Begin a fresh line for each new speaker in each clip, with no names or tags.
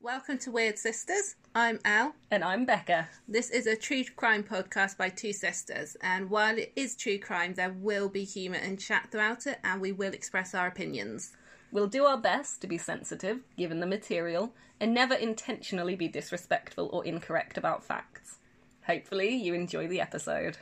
Welcome to Weird Sisters. I'm Al.
And I'm Becca.
This is a true crime podcast by two sisters, and while it is true crime, there will be humour and chat throughout it, and we will express our opinions.
We'll do our best to be sensitive, given the material, and never intentionally be disrespectful or incorrect about facts. Hopefully, you enjoy the episode.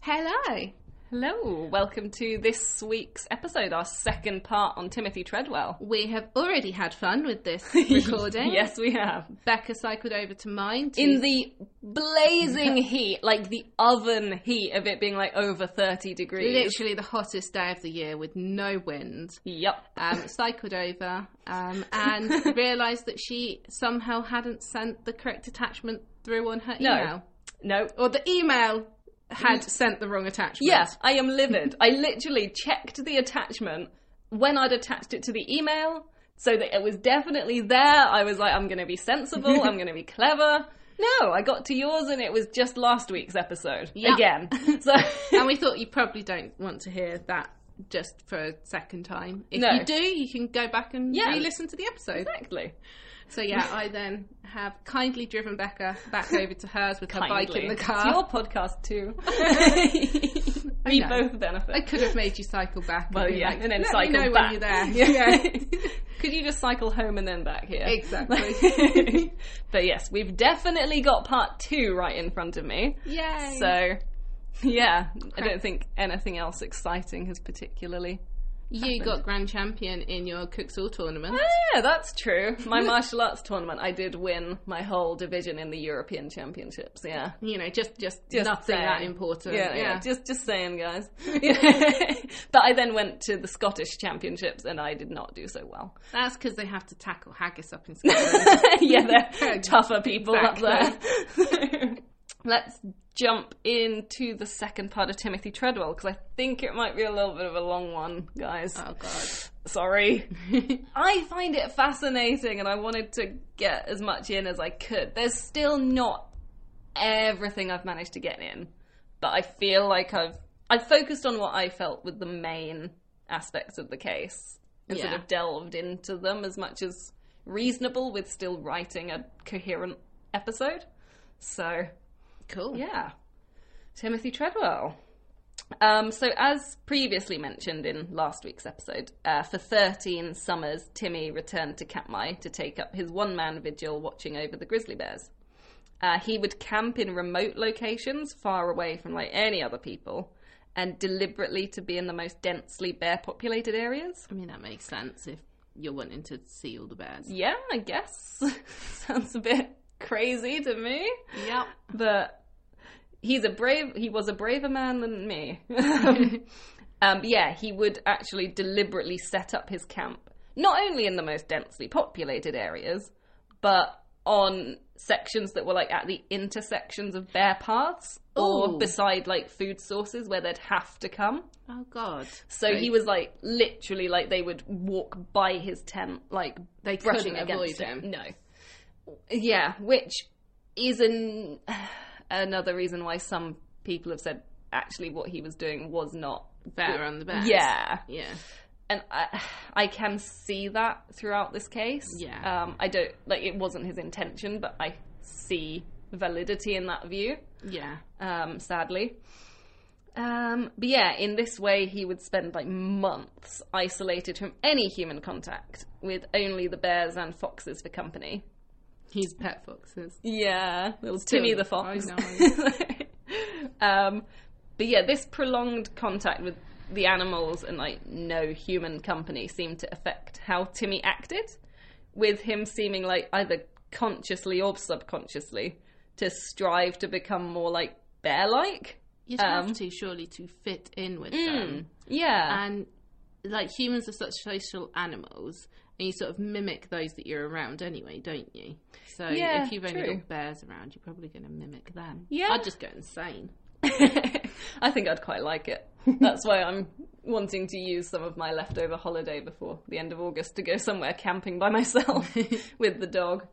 Hello. Hello. Welcome to this week's episode, our second part on Timothy Treadwell.
We have already had fun with this recording.
yes, we have.
Becca cycled over to mine. To...
In the blazing heat, like the oven heat of it being like over 30 degrees.
literally the hottest day of the year with no wind.
Yep.
Um, cycled over um, and realised that she somehow hadn't sent the correct attachment through on her
No.
email.
No.
Or the email had
Mm.
sent the wrong attachment.
Yes, I am livid. I literally checked the attachment when I'd attached it to the email so that it was definitely there. I was like, I'm going to be sensible, I'm going to be clever. No, I got to yours and it was just last week's episode.
Yep.
Again. So
and we thought you probably don't want to hear that just for a second time. If
No.
you do, you can go back and
Yeah.
re-listen to the episode.
Exactly.
So yeah, I then have kindly driven Becca back over to hers with her bike in the
It's
car.
your podcast too.
I
we
know.
both benefit.
I could have made you cycle back.
Well,
and be
Oh, yeah,
like,
and then
Let
cycle
me know when
back.
you're there.
Yeah.
Yeah.
Could you just cycle home and then back here?
Exactly.
but yes, we've definitely got part two right in front of me.
Yay!
So, yeah, I don't think anything else exciting has particularly.
you got grand champion in your Cooks All tournament.
Oh, yeah, that's true. My martial arts tournament, I did win my whole division in the European Championships. Yeah.
You know, just just,
Just
nothing
saying.
that important.
Yeah, yeah. Just, just saying, guys. but I then went to the Scottish Championships, and I did not do so well.
That's because they have to tackle haggis up in Scotland.
yeah, they're tougher people up there. Let's jump into the second part of Timothy Treadwell because I think it might be a little bit of a long one, guys.
oh God.
Sorry. I find it fascinating and I wanted to get as much in as I could. There's still not everything I've managed to get in, but I feel like I've I've focused on what I felt with the main aspects of the case and
Yeah.
sort of delved into them as much as reasonable with still writing a coherent episode. So,
Cool.
yeah. Timothy Treadwell. Um, so, as previously mentioned in last week's episode, uh, for 13 summers, Timmy returned to Katmai to take up his one man vigil watching over the grizzly bears. Uh, he would camp in remote locations far away from like any other people and deliberately to be in the most densely bear populated areas.
I mean, that makes sense if you're wanting to see all the bears.
Yeah, I guess. Sounds a bit crazy to me.
Yep.
but he's a brave he was a braver man than me um, yeah he would actually deliberately set up his camp not only in the most densely populated areas but on sections that were like at the intersections of bear paths or
Ooh.
beside like food sources where they'd have to come
Oh God.
so he was like literally like they would walk by his tent like
They
brushing
couldn't avoid
against
him.
No. Yeah, which is an, another reason why some people have said actually what he was doing was not.
Bear on the bears.
Yeah,
Yeah.
and I, I can see that throughout this case.
Yeah.
um, I don't like it wasn't his intention, but I see validity in that view
Yeah.
um, sadly. Um, but yeah, in this way, he would spend like months isolated from any human contact, with only the bears and foxes for company.
He's pet foxes.
Yeah, little Timmy the fox.
I
um, but yeah, this prolonged contact with the animals and like no human company seemed to affect how Timmy acted, with him seeming like either consciously or subconsciously to strive to become more like bear-like.
You'd
Um, mm.
have to surely to fit in with them,
Yeah.
and like humans are such social animals, and you sort of mimic those that you're around anyway, don't you? So
Yeah,
if you've only
true.
got bears around, you're probably going to mimic them.
Yeah.
I'd just go insane.
I think I'd quite like it. That's why I'm wanting to use some of my leftover holiday before the end of August to go somewhere camping by myself with the dog.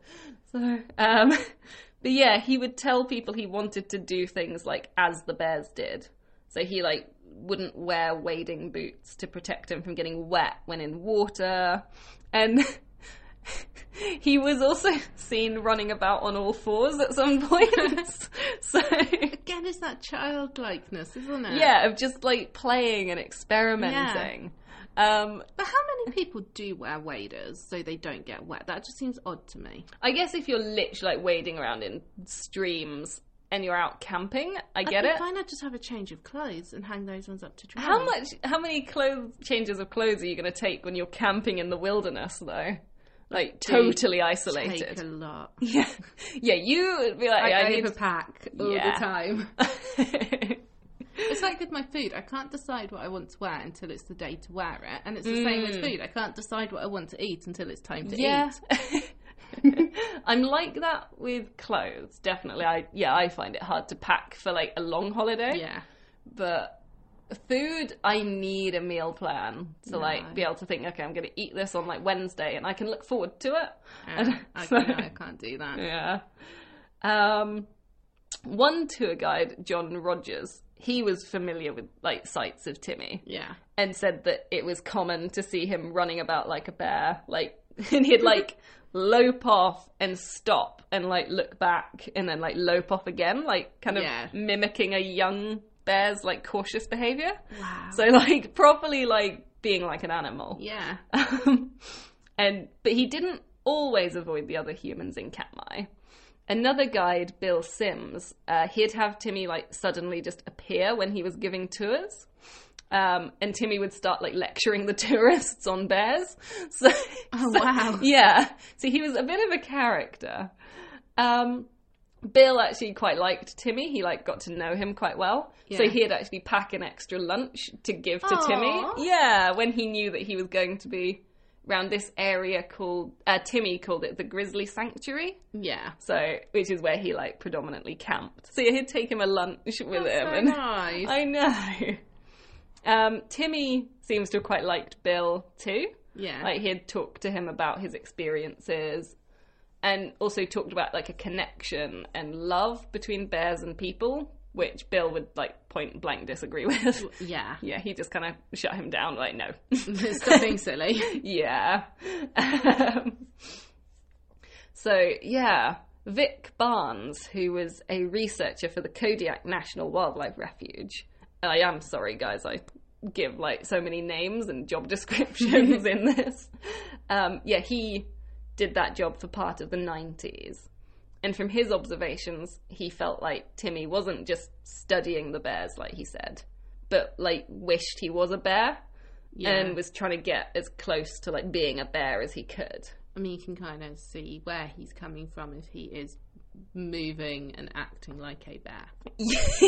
So, um, but yeah, he would tell people he wanted to do things like as the bears did. So he like wouldn't wear wading boots to protect him from getting wet when in water, and he was also seen running about on all fours at some points. so
Again, it's that childlikeness, isn't it?
yeah, of just like playing and experimenting. Um,
But how many people do wear waders so they don't get wet? That just seems odd to me.
I guess if you're literally like wading around in streams and you're out camping, I get
I'd be
it.
Why not just have a change of clothes and hang those ones up to dry?
How much? How many clothes changes of clothes are you going to take when you're camping in the wilderness, though? Like totally
Take a
isolated.
lot.
Yeah, yeah. You would be like,
I,
I,
I
need.
overpack all
Yeah.
the time.
to-
It's like with my food, I can't decide what I want to wear until it's the day to wear it, and it's the same with food. I can't decide what I want to eat until it's time to
Mm. yeah.
eat.
I'm like that with clothes, definitely. I yeah, I find it hard to pack for like a long holiday.
Yeah,
but food i need a meal plan to like be able to think okay i'm going to eat this on like wednesday and i can look forward to it
yeah. I,
So- Mm.
no, I can't do that.
yeah um one tour guide john rogers he was familiar with like sights of timmy
Yeah,
and said that it was common to see him running about like a bear like and he'd like lope off and stop and like look back and then like lope off again like kind of
Yeah.
mimicking a young bear's like cautious behavior
Wow.
so like properly like being like an animal
yeah.
um, and but he didn't always avoid the other humans in Katmai. Another guide, Bill Sims, uh, he'd have Timmy like suddenly just appear when he was giving tours. Um, and Timmy would start like lecturing the tourists on bears. So,
Oh,
so-
wow.
yeah. So he was a bit of a character. Um, Bill actually quite liked Timmy. He like got to know him quite well. So
Yeah.
he'd actually pack an extra lunch to give to
Aw.
Timmy. Yeah, when he knew that he was going to be around this area called uh, Timmy called it the Grizzly Sanctuary.
Yeah.
So which is where he like predominantly camped. So yeah, he'd take him a lunch with him
So
and
nice.
I know. Um, Timmy seems to have quite liked Bill too.
yeah.
Like he'd talked to him about his experiences and also talked about like a connection and love between bears and people, which Bill would like point blank disagree with.
yeah.
yeah, he just kind of shut him down like no.
Stop being silly.
yeah. Um, so, yeah, Vic Barnes, who was a researcher for the Kodiak National Wildlife Refuge. I am sorry, guys, I give like so many names and job descriptions in this. Um, yeah, he did that job for part of the 90s. And from his observations, he felt like Timmy wasn't just studying the bears, like he said, but like wished he was a bear
Yeah.
and was trying to get as close to like being a bear as he could.
I mean, you can kind of see where he's coming from if he is moving and acting like a bear.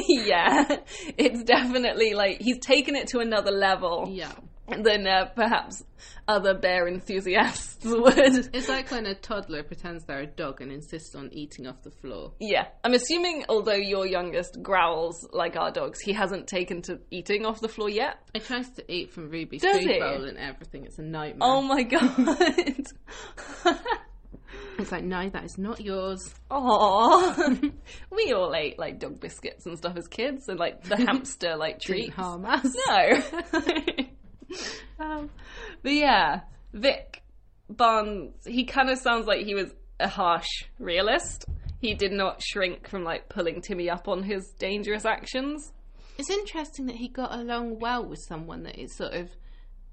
yeah, it's definitely like he's taken it to another level
Yeah.
than uh, perhaps other bear enthusiasts would.
It's like when a toddler pretends they're a dog and insists on eating off the floor.
Yeah, I'm assuming although your youngest growls like our dogs, he hasn't taken to eating off the floor yet.
He tries to eat from Ruby's
Does
food
he?
bowl and everything. It's a nightmare.
Oh my god.
It's like, no, that is not yours.
Aww. we all ate like dog biscuits and stuff as kids and like the hamster like
Didn't
treats.
harm us.
No. um, but yeah, Vic Barnes, he kind of sounds like he was a harsh realist. He did not shrink from like pulling Timmy up on his dangerous actions.
It's interesting that he got along well with someone that is sort of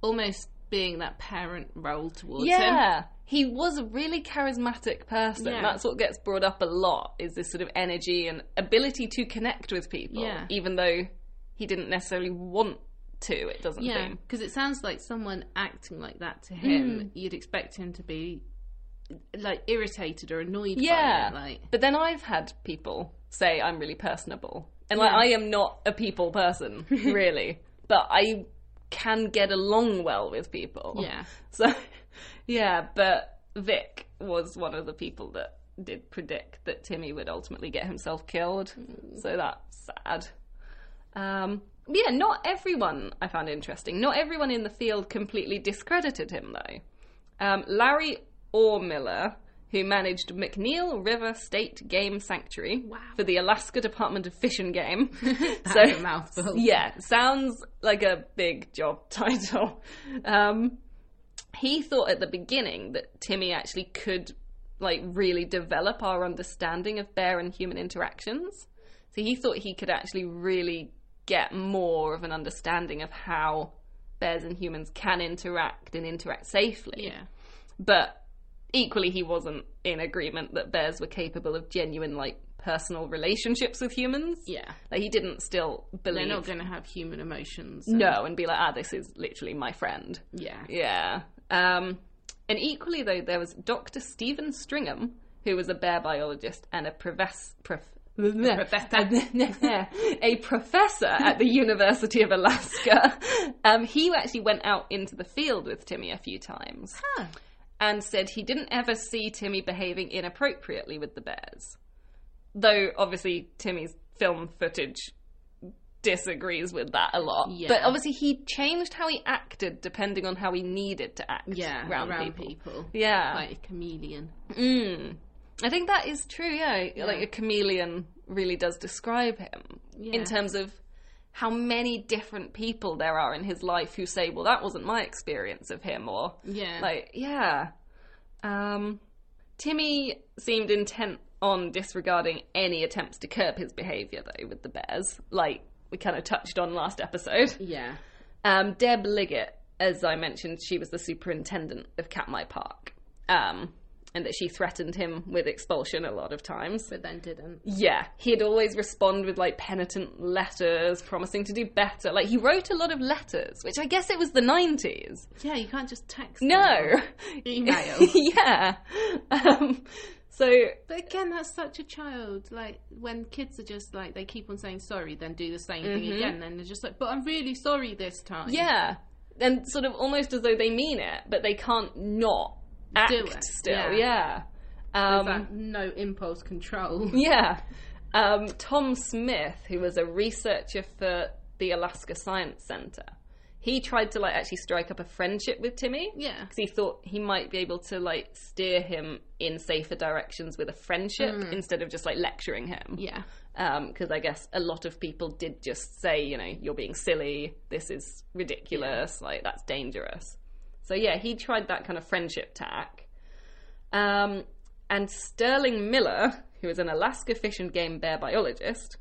almost being that parent role towards him.
Yeah. He was a really charismatic person.
Yeah.
That's what gets brought up a lot is this sort of energy and ability to connect with people.
Yeah.
Even though he didn't necessarily want to, it doesn't
Yeah,
seem.
because it sounds like someone acting like that to him, you'd expect him to be like irritated or annoyed by
Yeah.
it. Like,
But then I've had people say I'm really personable. And like I am not a people person, really. but I can get along well with people.
yeah.
So yeah, but Vic was one of the people that did predict that Timmy would ultimately get himself killed. So that's sad. Um yeah, not everyone I found interesting. Not everyone in the field completely discredited him though. Um, Larry Ormiller, who managed McNeil River State Game Sanctuary for the Alaska Department of Fish and Game. so,
That's a mouthful.
yeah, sounds like a big job title. Um, he thought at the beginning that Timmy actually could like really develop our understanding of bear and human interactions. So he thought he could actually really get more of an understanding of how bears and humans can interact and interact safely.
Yeah.
But equally he wasn't in agreement that bears were capable of genuine like personal relationships with humans.
Yeah.
Like he didn't still
They're
believe
not going to have human emotions. and-
no and be like, ah, this is literally my friend.
Yeah.
Yeah. Um, and equally, though, there was Dr. Stephen Stringham, who was a bear biologist and a professor.
professor.
a professor at the University of Alaska. Um, he actually went out into the field with Timmy a few times
Huh.
and said he didn't ever see Timmy behaving inappropriately with the bears. Though obviously Timmy's film footage disagrees with that a lot.
Yeah.
But obviously he changed how he acted depending on how he needed to act
Yeah.
around,
Around,
people.
people.
Yeah.
Like a chameleon.
Mm. I think that is true, yeah. Like a chameleon really does describe him
Yeah.
in terms of how many different people there are in his life who say, Well, that wasn't my experience of him or
Yeah.
like, yeah. Um, Timmy seemed intent on disregarding any attempts to curb his behaviour, though, with the bears, like we kind of touched on last episode.
yeah.
Um, Deb Liggett, as I mentioned, she was the superintendent of Katmai Park, um, and that she threatened him with expulsion a lot of times.
But then didn't.
Yeah, he'd always respond with like penitent letters, promising to do better. Like he wrote a lot of letters, which I guess it was the 90s.
Yeah, you can't just text.
No.
them. Email.
yeah. Um, so
but again, that's such a child. Like when kids are just like they keep on saying sorry, then do the same thing again. Then they're just like, but I'm really sorry this time.
yeah, and sort of almost as though they mean it, but they can't not act
Do it,
still. Yeah. Um,
That no impulse control.
yeah. Um, Tom Smith, who was a researcher for the Alaska Science Center, he tried to like actually strike up a friendship with Timmy.
Yeah.
because he thought he might be able to like steer him in safer directions with a friendship instead of just like lecturing him.
Yeah.
because Um, I guess a lot of people did just say, you know, you're being silly, this is ridiculous, like that's dangerous. So yeah, he tried that kind of friendship tack. Um, and Sterling Miller, who is an Alaska fish and game bear biologist,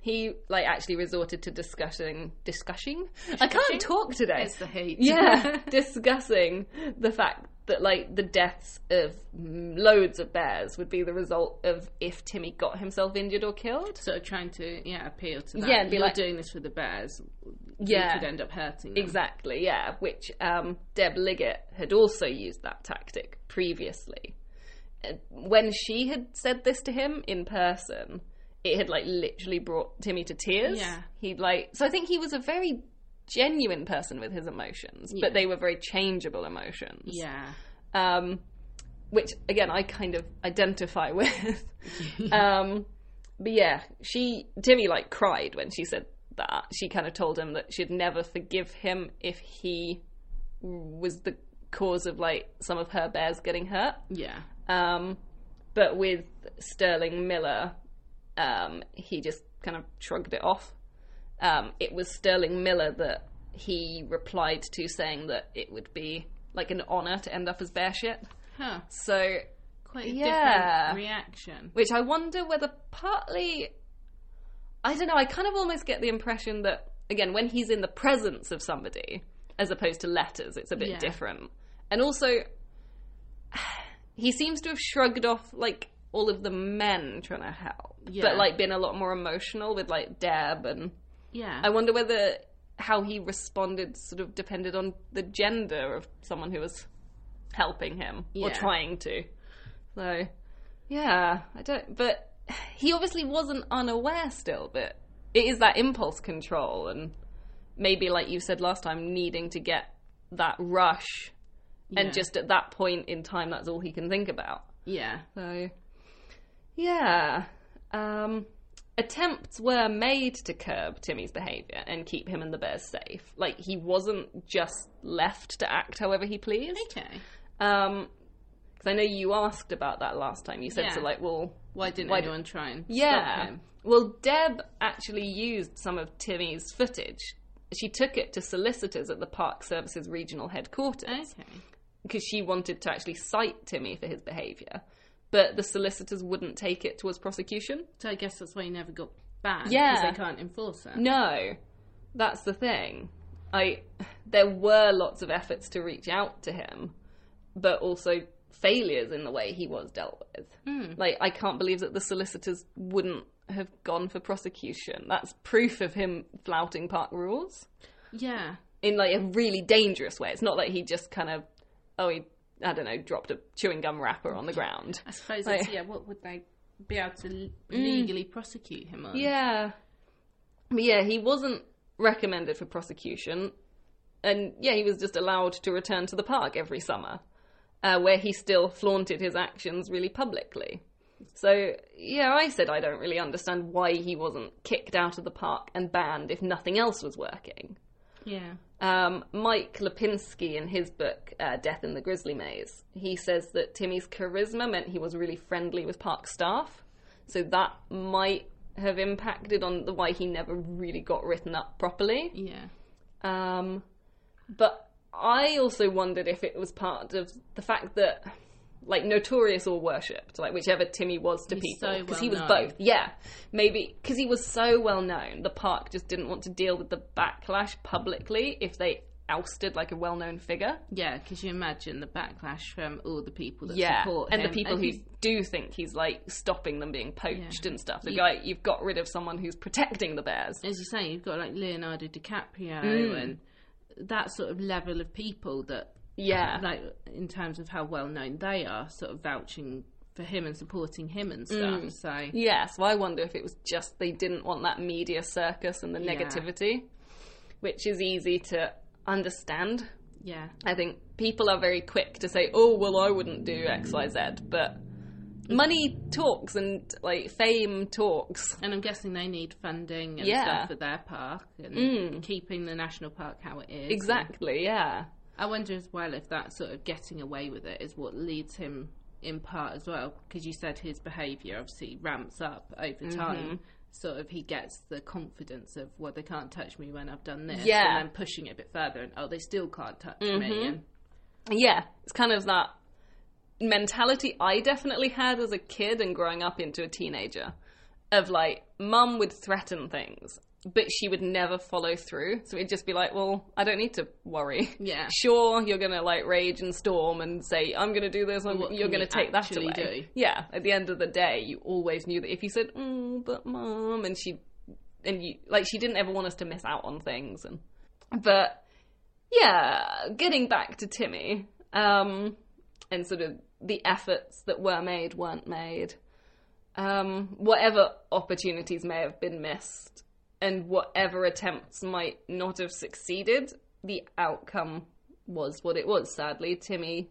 he like actually resorted to discussing discussing. I can't talk today.
It's the hate.
Yeah, discussing the fact that like the deaths of loads of bears would be the result of if Timmy got himself injured or killed.
sort of trying to yeah appeal to that.
Yeah, and be
You're
like-
doing this for the bears.
Yeah.
you could end up hurting. Them.
Exactly, yeah. Which um, Deb Liggett had also used that tactic previously. Uh, When she had said this to him in person, it had like literally brought Timmy to tears.
Yeah.
He'd like, so I think he was a very genuine person with his emotions, but they were very changeable emotions.
Yeah,
um, which again I kind of identify with. um, but yeah, she Timmy like cried when she said that. She kind of told him that she'd never forgive him if he was the cause of like some of her bears getting hurt.
yeah,
Um, but with Sterling Miller, um, he just kind of shrugged it off. Um, it was Sterling Miller that he replied to saying that it would be like an honor to end up as bear shit.
huh?
So,
Quite a
Yeah.
different reaction.
which I wonder whether partly, I don't know, I kind of almost get the impression that, again, when he's in the presence of somebody, as opposed to letters, it's a bit
Yeah.
different. And also, he seems to have shrugged off, like, all of the men trying to help,
Yeah.
but, like, been a lot more emotional with, like, Deb. And
Yeah,
I wonder whether how he responded sort of depended on the gender of someone who was helping him or
Yeah.
trying to. So, yeah, I don't. But he obviously wasn't unaware still that it is that impulse control and maybe, like you said last time, needing to get that rush.
Yeah.
And just at that point in time, that's all he can think about.
yeah,
So, yeah. Um, attempts were made to curb Timmy's behaviour and keep him and the bears safe. Like, he wasn't just left to act however he pleased.
okay.
Um 'cause because I know you asked about that last time. You said, so,
Yeah.
like, well,
Why didn't
Why d-
anyone try and
yeah.
stop him?
Well, Deb actually used some of Timmy's footage. She took it to solicitors at the Park Services regional headquarters
Okay.
because she wanted to actually cite Timmy for his behaviour, but the solicitors wouldn't take it towards prosecution.
So I guess that's why he never got banned.
Yeah.
Because they can't enforce it.
No, that's the thing. I there were lots of efforts to reach out to him, but also failures in the way he was dealt with. Like I can't believe that the solicitors wouldn't have gone for prosecution. That's proof of him flouting park rules
Yeah.
in like a really dangerous way. It's not like he just kind of oh he I don't know dropped a chewing gum wrapper on the ground.
I suppose
Like- Mm.
it's, yeah, what would they be able to l- legally prosecute him on?
Yeah. But yeah, he wasn't recommended for prosecution. And yeah, he was just allowed to return to the park every summer, uh, where he still flaunted his actions really publicly. So yeah, I said I don't really understand why he wasn't kicked out of the park and banned if nothing else was working.
Yeah.
Um, Mike Lipinski, in his book uh, Death in the Grizzly Maze, he says that Timmy's charisma meant he was really friendly with park staff, so that might have impacted on the why he never really got written up properly.
Yeah.
Um, but I also wondered if it was part of the fact that, like, notorious or worshipped, like whichever Timmy was to
He's
people,
so
he was
well known.
both. Yeah, maybe because he was so well known, the park just didn't want to deal with the backlash publicly if they ousted like a well-known figure.
Yeah, because you imagine the backlash from all the people that
Yeah,
support
and the
him.
people who
he's-
do think he's like stopping them being poached
Yeah.
and stuff. The
You-
guy you've got rid of someone who's protecting the bears.
as you say, you've got like Leonardo DiCaprio
Mm.
and that sort of level of people that,
Yeah,
like, in terms of how well known they are, sort of vouching for him and supporting him
Mm.
and stuff. So
Yeah, so I wonder if it was just they didn't want that media circus and the
Yeah.
negativity, which is easy to understand.
yeah,
I think people are very quick to say, "Oh, well, I wouldn't do X, Y, Z," but money talks and like fame talks.
and I'm guessing they need funding and
Yeah. Mm.
stuff for their park and keeping the national park how it is.
Exactly. Yeah.
I wonder as well if that sort of getting away with it is what leads him in part as well, because you said his behaviour obviously ramps up over
Mm-hmm.
time. Sort of, he gets the confidence of, well, they can't touch me when I've done this.
Yeah. Mm-hmm.
And then pushing it a bit further, and oh, they still can't touch me. And
yeah, it's kind of that mentality I definitely had as a kid and growing up into a teenager of like, mum would threaten things, but she would never follow through. So it'd just be like, well, I don't need to worry.
Yeah.
Sure, you're going to like rage and storm and say, I'm going to do this, I'm,
what
you're
can
going to
you
take that
actually
away.
do?
Yeah, at the end of the day, you always knew that if you said, oh, but mum, and she, and you, like, she didn't ever want us to miss out on things. And, but yeah, getting back to Timmy, um, and sort of the efforts that were made weren't made, um, whatever opportunities may have been missed, and whatever attempts might not have succeeded, the outcome was what it was. Sadly, Timmy,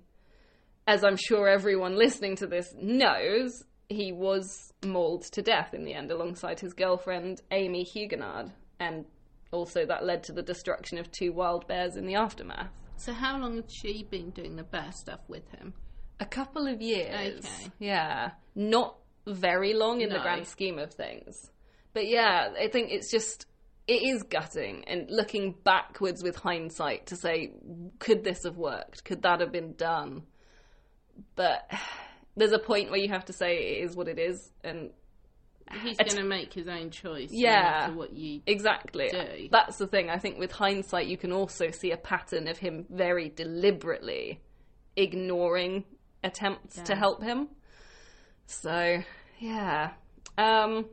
as I'm sure everyone listening to this knows, he was mauled to death in the end alongside his girlfriend Amy Huguenard, and also that led to the destruction of two wild bears in the aftermath.
so, how long had she been doing the bear stuff with him?
A couple of years.
Okay.
Yeah. Not very long in the
No.
grand scheme of things. But yeah, I think it's just it is gutting and looking backwards with hindsight to say could this have worked? Could that have been done? But there's a point where you have to say it is what it is and
He's
At-
going to make his own choice. no
Yeah.
matter what you.
Exactly.
do.
That's the thing. I think with hindsight, you can also see a pattern of him very deliberately ignoring attempts to
Yeah.
help him. So, yeah. Um,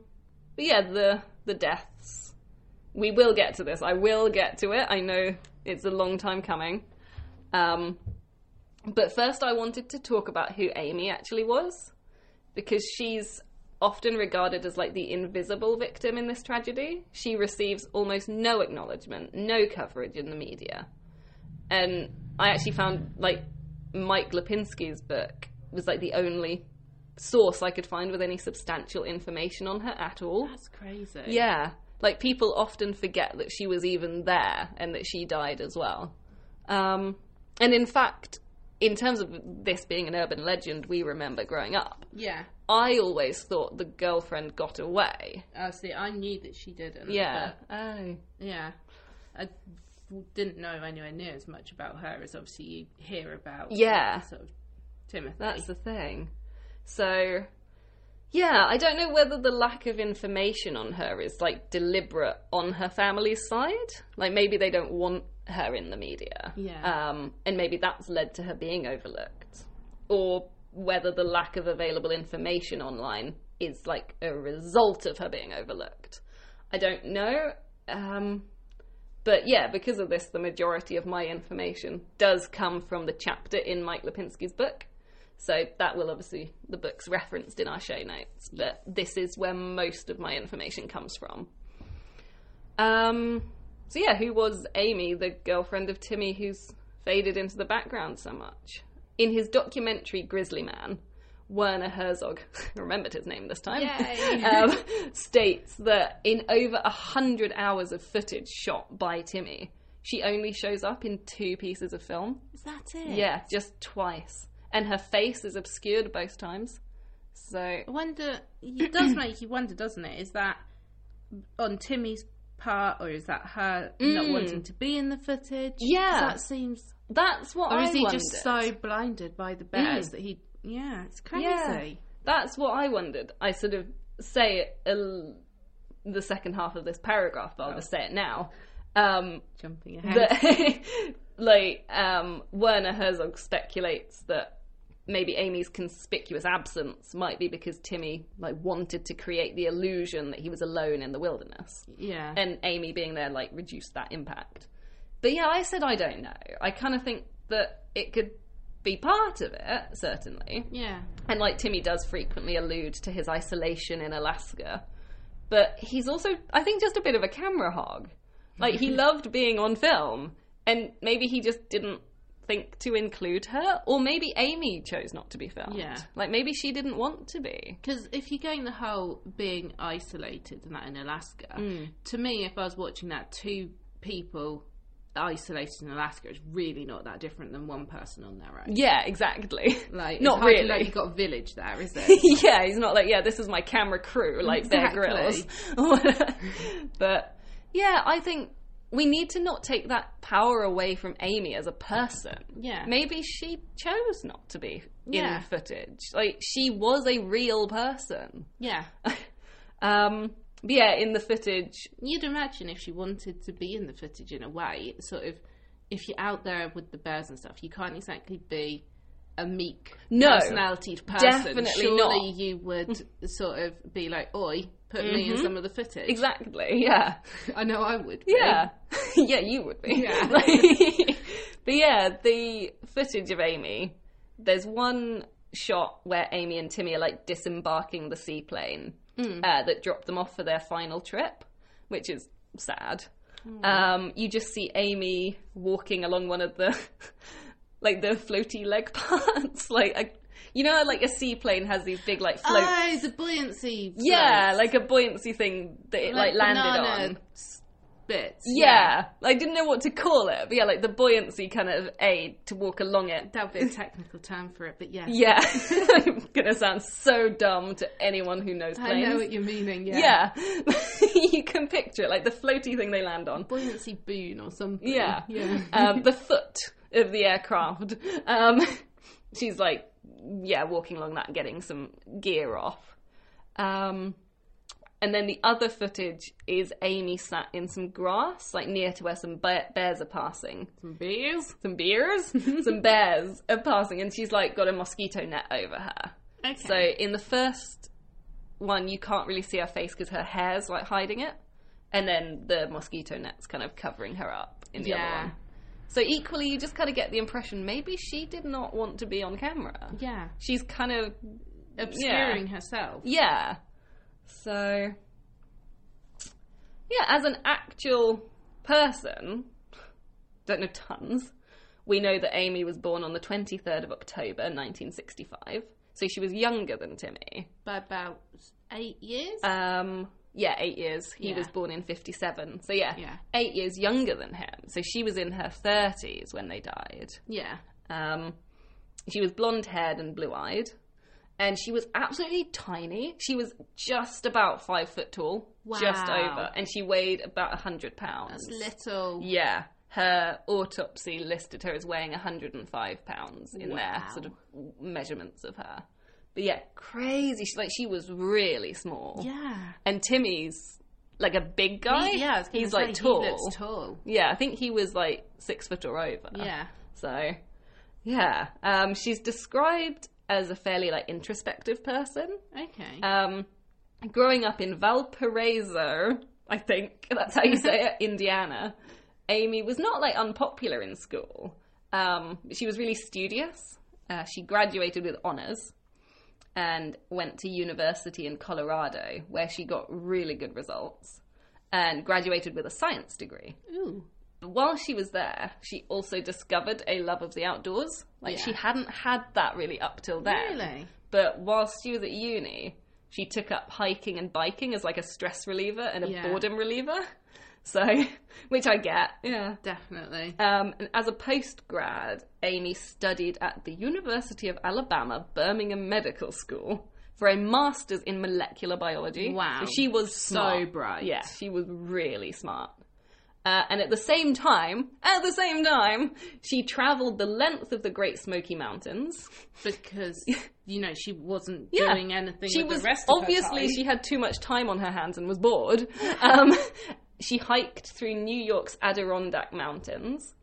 but yeah, the the deaths. We will get to this. I will get to it. I know it's a long time coming. Um, but first, I wanted to talk about who Amy actually was, because she's often regarded as like the invisible victim in this tragedy. She receives almost no acknowledgement, no coverage in the media. And I actually found like Mike Lipinski's book was like the only source I could find with any substantial information on her at all.
That's crazy.
Yeah. Like people often forget that she was even there and that she died as well. Um, and in fact, in terms of this being an urban legend we remember growing up,
Yeah.
I always thought the girlfriend got away.
I see. I knew that she didn't.
Yeah.
but-
Oh.
Yeah. I didn't know anywhere near as much about her as obviously you hear about.
Yeah.
Sort of Timothy.
That's the thing. So, yeah, I don't know whether the lack of information on her is like deliberate on her family's side. Like maybe they don't want her in the media.
Yeah.
Um, and maybe that's led to her being overlooked. Or whether the lack of available information online is like a result of her being overlooked. I don't know. Um, but yeah, because of this, the majority of my information does come from the chapter in Mike Lipinski's book. So that will obviously, the book's referenced in our show notes, but this is where most of my information comes from. Um, so yeah, who was Amy, the girlfriend of Timmy who's faded into the background so much? In his documentary Grizzly Man, Werner Herzog, remembered his name this time,
Yay.
um, states that in over a hundred hours of footage shot by Timmy, she only shows up in two pieces of film.
Is that it?
Yeah, just twice. And her face is obscured both times. So,
I wonder. It does make you wonder, doesn't it? Is that on Timmy's part, or is that her not wanting to be in the footage? 'Cause
Mm. Yeah.
that seems.
that's what
Or
I
is he
wondered. Mm.
just so blinded by the bears that he? Yeah, it's crazy.
That's what I wondered. I sort of say it a l- the second half of this paragraph,
Oh.
but I'll just say it now. Um,
Jumping ahead.
that like um, Werner Herzog speculates that maybe Amy's conspicuous absence might be because Timmy like wanted to create the illusion that he was alone in the wilderness.
yeah.
and Amy being there like reduced that impact. But yeah, I said I don't know. I kind of think that it could be part of it, certainly.
yeah.
And like Timmy does frequently allude to his isolation in Alaska, but he's also, I think, just a bit of a camera hog. Like he loved being on film, and maybe he just didn't think to include her, or maybe Amy chose not to be filmed.
Yeah.
Like maybe she didn't want to be.
Because if you're going the whole being isolated and that in Alaska,
Mm.
to me, if I was watching that, two people isolated in Alaska is really not that different than one person on their own.
Yeah, exactly.
Like, it's
not
hardly
really.
Like you've got a village there, is it?
yeah, he's not like, yeah, this is my camera crew, like their
Exactly.
grills. but yeah, I think we need to not take that power away from Amy as a person.
Yeah.
Maybe she chose not to be
Yeah.
in footage. Like she was a real person.
yeah.
Um but yeah, in the footage,
You'd imagine if she wanted to be in the footage in a way, it's sort of, if you're out there with the bears and stuff, you can't exactly be a meek,
No,
personality person.
definitely
Surely
not.
you would sort of be like, oi, put me
Mm-hmm.
in some of the footage.
exactly, yeah.
I know I would. be.
Yeah. yeah, you would be.
Yeah.
Like- but yeah, the footage of Amy, there's one shot where Amy and Timmy are like disembarking the seaplane uh, that dropped them off for their final trip, which is sad. Um, you just see Amy walking along one of the like the floaty leg parts, like a, you know, like a seaplane has these big like float.
Oh, the buoyancy. float.
yeah, like a buoyancy thing that it like, landed
banana
on.
s- Bits.
Yeah. I didn't know what to call it, but yeah, like the buoyancy kind of aid to walk along it.
That would be a technical term for it, but yeah.
Yeah. I'm gonna sound so dumb to anyone who knows
I
planes.
know what you're meaning, yeah.
yeah. you can picture it, like the floaty thing they land on.
Buoyancy boon or something.
Yeah.
Yeah.
um, the foot of the aircraft. Um, she's like, yeah, walking along that, getting some gear off. Um, and then the other footage is Amy sat in some grass, like near to where some bear- bears are passing.
Some beers.
some beers, some bears are passing, and she's like got a mosquito net over her.
Okay.
So in the first one, you can't really see her face because her hair's like hiding it, and then the mosquito net's kind of covering her up in the
Yeah.
other one. So equally, you just kind of get the impression maybe she did not want to be on camera.
yeah.
She's kind of
Obscuring herself.
yeah. So, yeah, as an actual person, don't know tons, we know that Amy was born on the 23rd of October 1965. So she was younger than Timmy.
By about eight years?
Um, yeah, eight years. He
Yeah.
was born in 57. So, yeah,
Yeah.
eight years younger than him. So she was in her 30s when they died.
yeah.
Um, she was blonde haired and blue eyed. And she was absolutely tiny. She was just about five foot tall, just
Wow.
over. And she weighed about a 100 pounds.
It's little.
Yeah. her autopsy listed her as weighing 105 pounds in their
Wow.
sort of measurements of her. But yeah, crazy. She, like she was really small.
Yeah.
And Timmy's like a big guy.
yeah, I was gonna
he's
say,
like tall.
He looks tall.
Yeah, I think he was like six foot or over.
Yeah.
So, yeah, um, she's described as a fairly like introspective person.
Okay.
Um, growing up in Valparaiso, I think that's how you say it, Indiana. Amy was not like unpopular in school. Um, she was really studious. Uh, she graduated with honors and went to university in Colorado, where she got really good results and graduated with a science degree.
Ooh.
But while she was there, she also discovered a love of the outdoors. Like
Yeah.
she hadn't had that really up till then.
Really?
But whilst she was at uni, she took up hiking and biking as like a stress reliever and a
Yeah.
boredom reliever. So, which I get, yeah.
Definitely.
Um, and as a post grad, Amy studied at the University of Alabama, Birmingham Medical School for a master's in molecular biology.
Wow.
So she was smart.
bright.
Yeah, she was really smart. Uh, and at the same time, at the same time, she travelled the length of the Great Smoky Mountains.
Because you know she wasn't
Yeah.
doing anything.
She
with the
was
rest of her
obviously
time.
she had too much time on her hands and was bored. Um, she hiked through New York's Adirondack Mountains,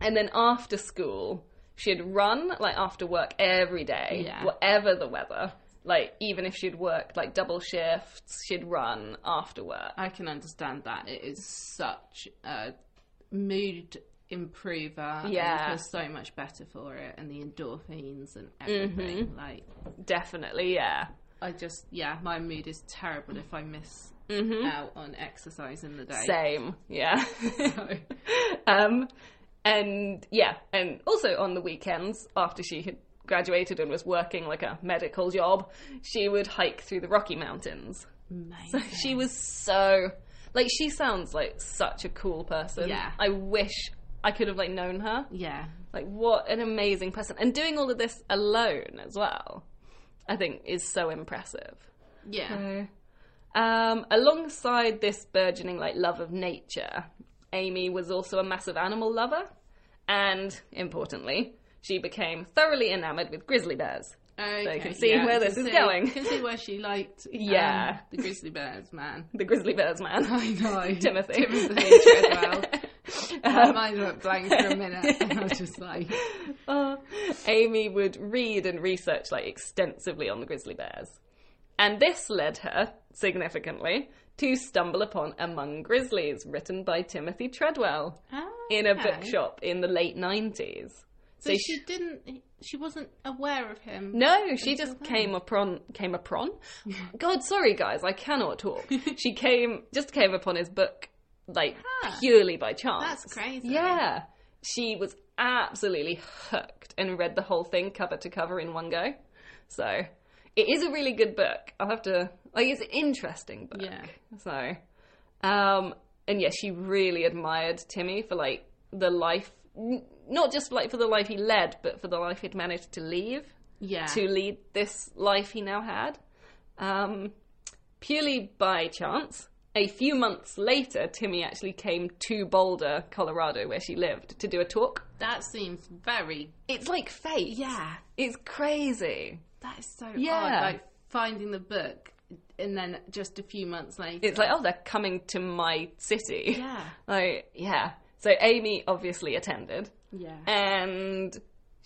and then after school, she'd run like after work every day,
Yeah.
whatever the weather. Like even if she'd worked like double shifts, she'd run after work.
I can understand that. It is such a mood improver. and
Yeah.
It feels so much better for it and the endorphins and everything.
Mm-hmm.
Like,
Definitely, yeah.
I just, yeah, my mood is terrible if I miss
Mm-hmm.
out on exercise in the day.
Same, yeah. um, and yeah, and also on the weekends after she had graduated and was working like a medical job, she would hike through the Rocky Mountains.
Amazing.
She was so like she sounds like such a cool person.
Yeah.
I wish I could have like known her.
yeah.
Like what an amazing person, and doing all of this alone as well, I think is so impressive.
Yeah.
Um, alongside this burgeoning like love of nature, Amy was also a massive animal lover, and importantly, she became thoroughly enamored with grizzly bears.
Okay,
I can see where this
can
is
see-
going.
Can see where she liked. um,
Yeah.
the grizzly bears, man.
The grizzly bears, man.
I know.
Timothy.
Timothy Treadwell. My mind went blank for a minute, and I was just like,
Uh, Amy would read and research like extensively on the grizzly bears, and this led her significantly to stumble upon Among Grizzlies, written by Timothy Treadwell, in a
okay.
bookshop in the late nineties.
So she didn't. She wasn't aware of him.
No, she just came upon came upon. God, sorry guys, I cannot talk. she came just came upon his book like
Huh.
purely by chance.
Ah, That's crazy.
Yeah, she was absolutely hooked and read the whole thing cover to cover in one go. So it is a really good book. I'll have to like it's an interesting book.
Yeah.
So, um, and yeah, she really admired Timmy for like the life, n- not just like for the life he led, but for the life he'd managed to leave
Yeah.
to lead this life he now had. Um, purely by chance, a few months later, Timmy actually came to Boulder, Colorado, where she lived, to do a talk.
That seems very.
It's like fate.
Yeah.
It's crazy.
That is so
Yeah.
odd. Like finding the book and then just a few months later.
It's like, oh, they're coming to my city.
Yeah.
Like, yeah. So Amy obviously attended.
yeah.
and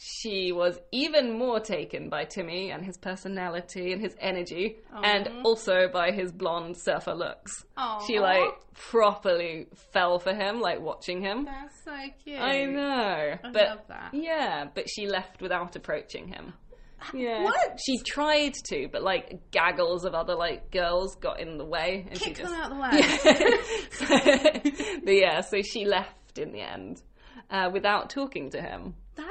she was even more taken by Timmy and his personality and his energy, and also by his blonde surfer looks.
Aw.
She like properly fell for him, like watching him.
That's so cute.
I know, but
love that.
yeah, but she left without approaching him. Yeah.
What?
She tried to, but like gaggles of other like girls got in the way, and she
Kick
just
them out the way.
but yeah, so she left in the end uh, without talking to him.
That's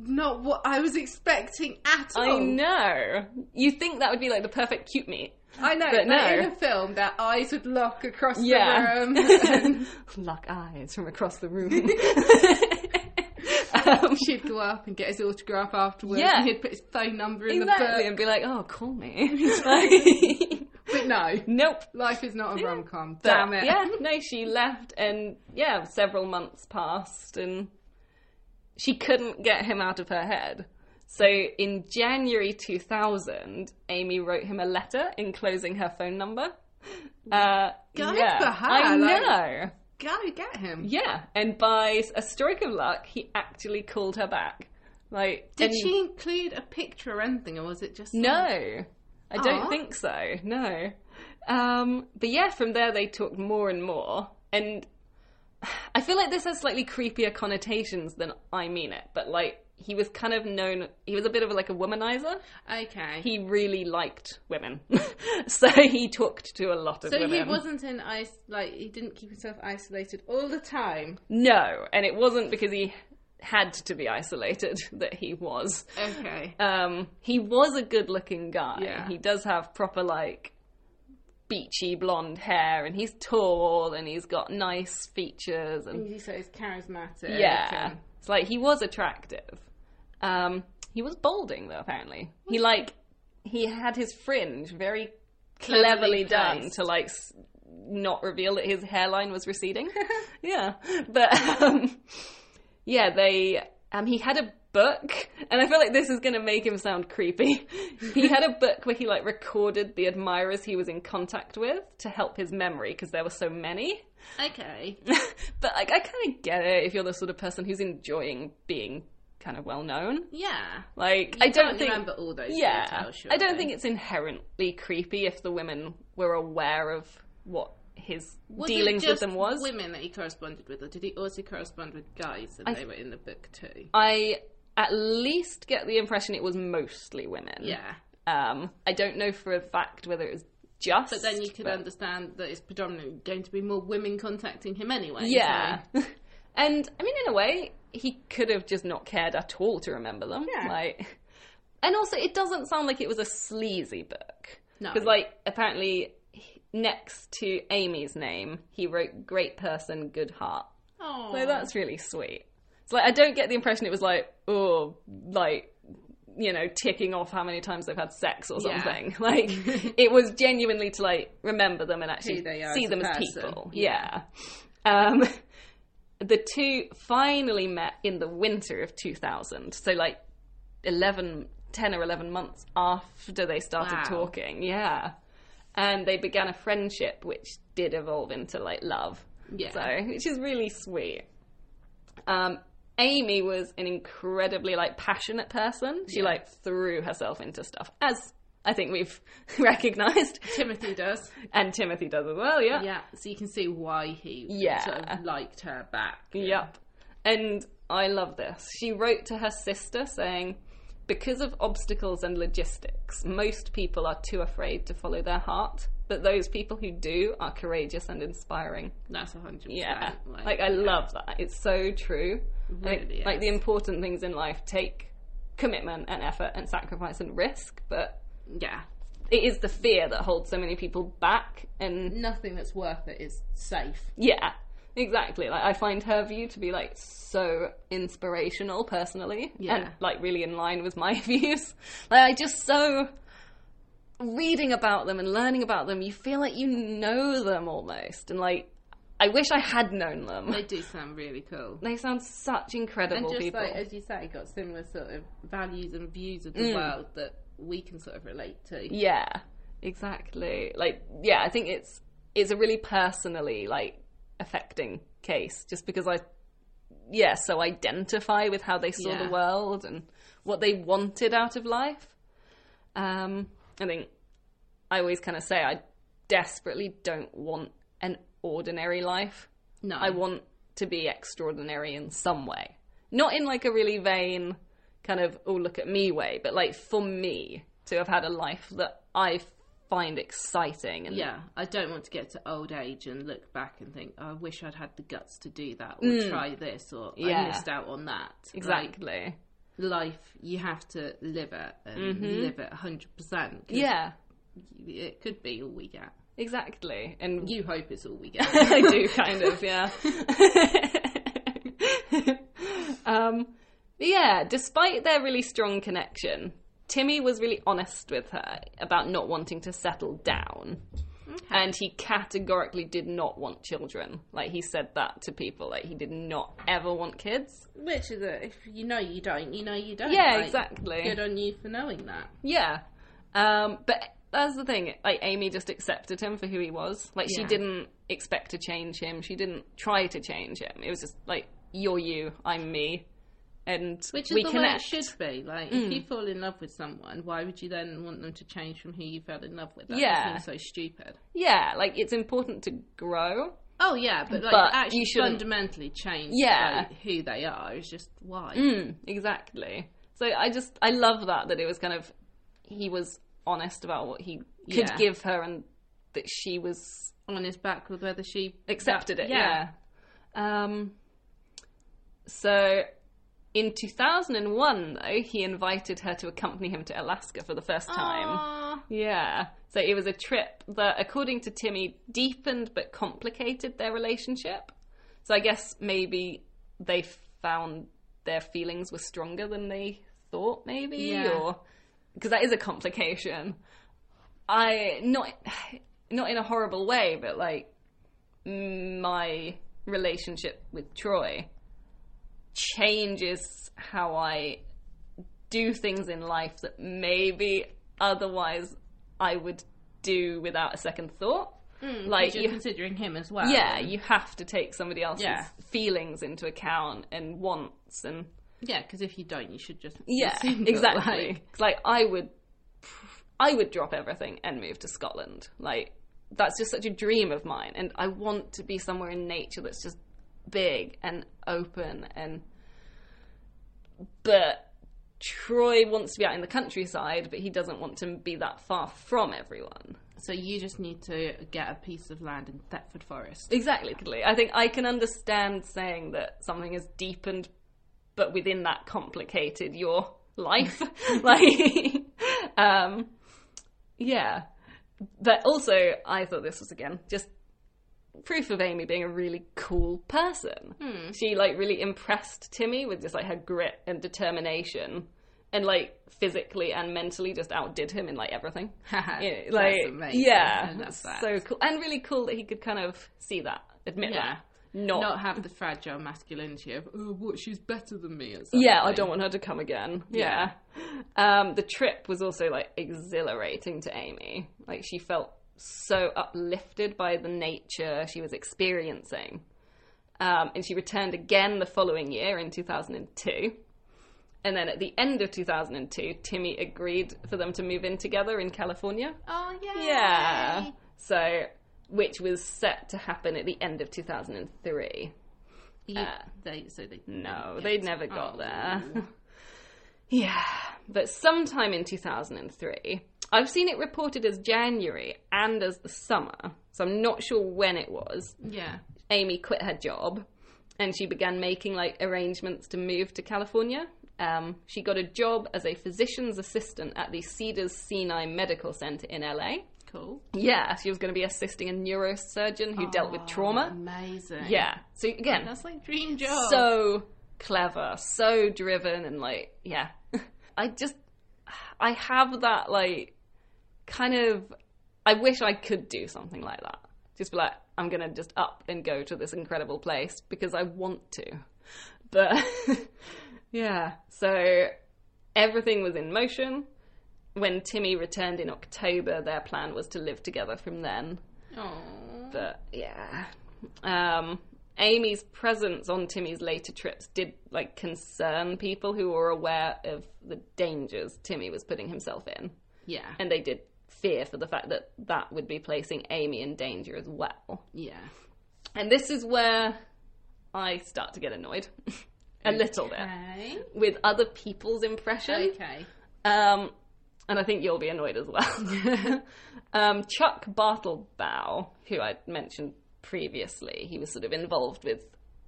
not what I was expecting at all.
I know. You think that would be like the perfect cute meet.
I know.
But
But
no.
in a film, their eyes would lock across
Yeah.
the room. and
Lock um, eyes from across the room. um,
she'd go up and get his autograph afterwards.
Yeah.
And he'd put his phone number in
exactly,
the book.
and be like, "Oh, call me."
no.
Nope.
Life is not a rom com.
But,
Damn it.
Yeah, no, she left, and yeah, several months passed, and she couldn't get him out of her head. So in January 2000, Amy wrote him a letter enclosing her phone number. Uh,
Good
yeah,
for her,
I
like-
know.
Go get him.
Yeah, and by a stroke of luck, he actually called her back. Like,
Did
and-
she include a picture or anything, or was it just.
no, I
Aw.
don't think so. No, um, but yeah, from there they talked more and more, and I feel like this has slightly creepier connotations than I mean it. But like, he was kind of known. He was a bit of like a womanizer.
Okay.
He really liked women, so he talked to a lot of
so
women.
he wasn't in ice, like, he didn't keep himself isolated all the time.
No, and it wasn't because he had to be isolated that he was.
Okay.
um, he was a good looking guy.
Yeah.
He does have proper like beachy blonde hair and he's tall and he's got nice features and
He says charismatic.
yeah.
and-
It's like he was attractive. Um, he was balding though apparently. He like he had his fringe very
Cleverly
cleverly done
placed.
to like s- not reveal that his hairline was receding. yeah. But um yeah, they um he had a book and I feel like this is going to make him sound creepy. he had a book where he like recorded the admirers he was in contact with to help his memory because there were so many.
Okay.
but like I kind of get it if you're the sort of person who's enjoying being kind of well known.
Yeah.
Like
You
I don't
can't
think
remember all those
yeah,
details,
I don't
surely.
think it's inherently creepy if the women were aware of what his
Was it
dealings with
just
them was.
women that he corresponded with, or did he also correspond with guys and they were in the book too?
I at least get the impression it was mostly women.
Yeah.
Um, I don't know for a fact whether it was just.
But then you could understand that it's predominantly going to be more women contacting him anyway.
Yeah.
so-
and I mean, in a way, he could have just not cared at all to remember them.
Yeah.
Like, and also, it doesn't sound like it was a sleazy book.
No.
Because, like, apparently, he- next to Amy's name, he wrote "Great person, good heart."
Oh,
So that's really sweet. It's like I don't get the impression it was like, oh, like you know, ticking off how many times they've had sex or
Yeah.
something. Like it was genuinely to like remember them and actually
Who they are
see
as a
them as
person.
people. Yeah. Um, the two finally met in the winter of 2000. So like 11, 10 or 11 months after they started
Wow.
talking. Yeah. And they began a friendship which did evolve into like love.
Yeah.
So, which is really sweet. Um, Amy was an incredibly like passionate person. She like threw herself into stuff, as I think we've recognized,
Timothy does.
and Timothy does as well. Yeah,
Yeah, so you can see why he
Yeah.
sort of liked her back.
Yep. And I love this. She wrote to her sister saying, because of obstacles and logistics, most people are too afraid to follow their heart, but those people who do are courageous and inspiring.
That's a hundred
Yeah.
percent.
Like, I love that. It's so true. I think,
Really
like the important things in life take commitment and effort and sacrifice and risk, but
yeah,
it is the fear that holds so many people back and
nothing that's worth it is safe.
yeah, exactly. Like I find her view to be like so inspirational personally,
Yeah.
and like really in line with my views. Like I just so reading about them and learning about them, you feel like you know them almost, and like I wish I had known them.
They do sound really cool.
They sound such
And
incredible
just
people.
like
Mm.
as you say, got similar sort of values and views of the world that we can sort of relate to.
Yeah, exactly. Like, yeah, I think it's it's a really personally like affecting case, just because I, yeah, so identify with how they saw
Yeah.
the world and what they wanted out of life. Um, I think I always kind of say I desperately don't want an ordinary life.
No,
I want to be extraordinary in some way. Not in like a really vain kind of oh look at me way, but like for me to have had a life that I find exciting and
Yeah, I don't want to get to old age and look back and think, oh, I wish I'd had the guts to do that or try this or I
Mm. Yeah.
missed out on that. Like,
exactly.
life, you have to live it and live it 100%. 'cause
Mm-hmm. yeah.
It could be all we get.
Exactly. And
You hope it's all we get.
I do kind of, yeah. um but yeah, despite their really strong connection, Timmy was really honest with her about not wanting to settle down. And he categorically did not want children. Like he said that to people. Like he did not ever want kids.
Which is a, if you know you don't, you know you don't.
Yeah,
Like,
exactly.
Good on you for knowing that.
Yeah. Um, but that's the thing. Like, Amy just accepted him for who he was. Like, she
Yeah.
didn't expect to change him. She didn't try to change him. It was just like, you're you, I'm me. And
Which is
we
the
connect. Mm.
way it should be. Like, if you fall in love with someone, why would you then want them to change from who you fell in love with? That
Yeah.
seems so stupid.
Yeah, like, it's important to grow.
Oh yeah, but like
But
actually
you shouldn't-
fundamentally change
Yeah.
like, who they are. It's just why.
Mm, exactly. So I just, I love that, that it was kind of, he was honest about what he could
Yeah.
give her and that she was
On his back with whether she
accepted it.
yeah.
Yeah. Um, so in 2001, though, he invited her to accompany him to Alaska for the first time.
Aw.
Yeah. So it was a trip that, according to Timmy, deepened but complicated their relationship. So I guess maybe they found their feelings were stronger than they thought, maybe,
Yeah.
or because that is a complication. I not not in a horrible way, but like my relationship with Troy changes how I do things in life that maybe otherwise I would do without a second thought. like
Hmm, you're
you
considering him as well.
yeah, you have to take somebody else's
Yeah.
feelings into account and wants and
yeah. Because if you don't, you should just be
yeah,
single,
exactly.
like.
'Cause, Like, I would, I would drop everything and move to Scotland. Like that's just such a dream of mine, and I want to be somewhere in nature that's just big and open and. But Troy wants to be out in the countryside, but he doesn't want to be that far from everyone.
So you just need to get a piece of land in Thetford Forest.
Exactly. Lee. I think I can understand saying that something is deepened, but within that complicated your life. like, um, yeah. But also, I thought this was again just proof of Amy being a really cool person. She like really impressed Timmy with just like her grit and determination, and like physically and mentally just outdid him in like everything. Yeah,
That's
like
amazing.
yeah,
I love
that's
that.
so cool and really cool that he could kind of see that, admit
Yeah.
that, not,
Not have the fragile masculinity of oh, what she's better than me. Or something.
yeah, I don't want her to come again. Yeah, Um, the trip was also like exhilarating to Amy. Like she felt so uplifted by the nature she was experiencing, um, and she returned again the following year in two thousand and two. And then at the end of 2002, Timmy agreed for them to move in together in California.
Oh yeah.
Yeah. So, which was set to happen at the end of 2003.
You, they, so they
No, they never got
Oh.
there. yeah. But sometime in 2003, I've seen it reported as January and as the summer, so I'm not sure when it was.
yeah.
Amy quit her job and she began making like arrangements to move to California. Um, she got a job as a physician's assistant at the Cedars Sinai Medical Center in LA.
Cool.
Yeah, she was going to be assisting a neurosurgeon who dealt with trauma.
Amazing.
Yeah. So again,
That's like dream job.
so clever, so driven, and like, yeah. I just, I have that like, kind of. I wish I could do something like that. Just be like, I'm gonna just up and go to this incredible place because I want to. But yeah, so everything was in motion. When Timmy returned in October, their plan was to live together from then
Aw.
but yeah. Um, Amy's presence on Timmy's later trips did like concern people who were aware of the dangers Timmy was putting himself in,
yeah.
and they did fear for the fact that that would be placing Amy in danger as well.
Yeah.
And this is where I start to get annoyed a little bit
Okay.
with other people's impression.
Okay.
Um, and I think you'll be annoyed as well. um, Chuck Bartlebow, who I mentioned previously, he was sort of involved with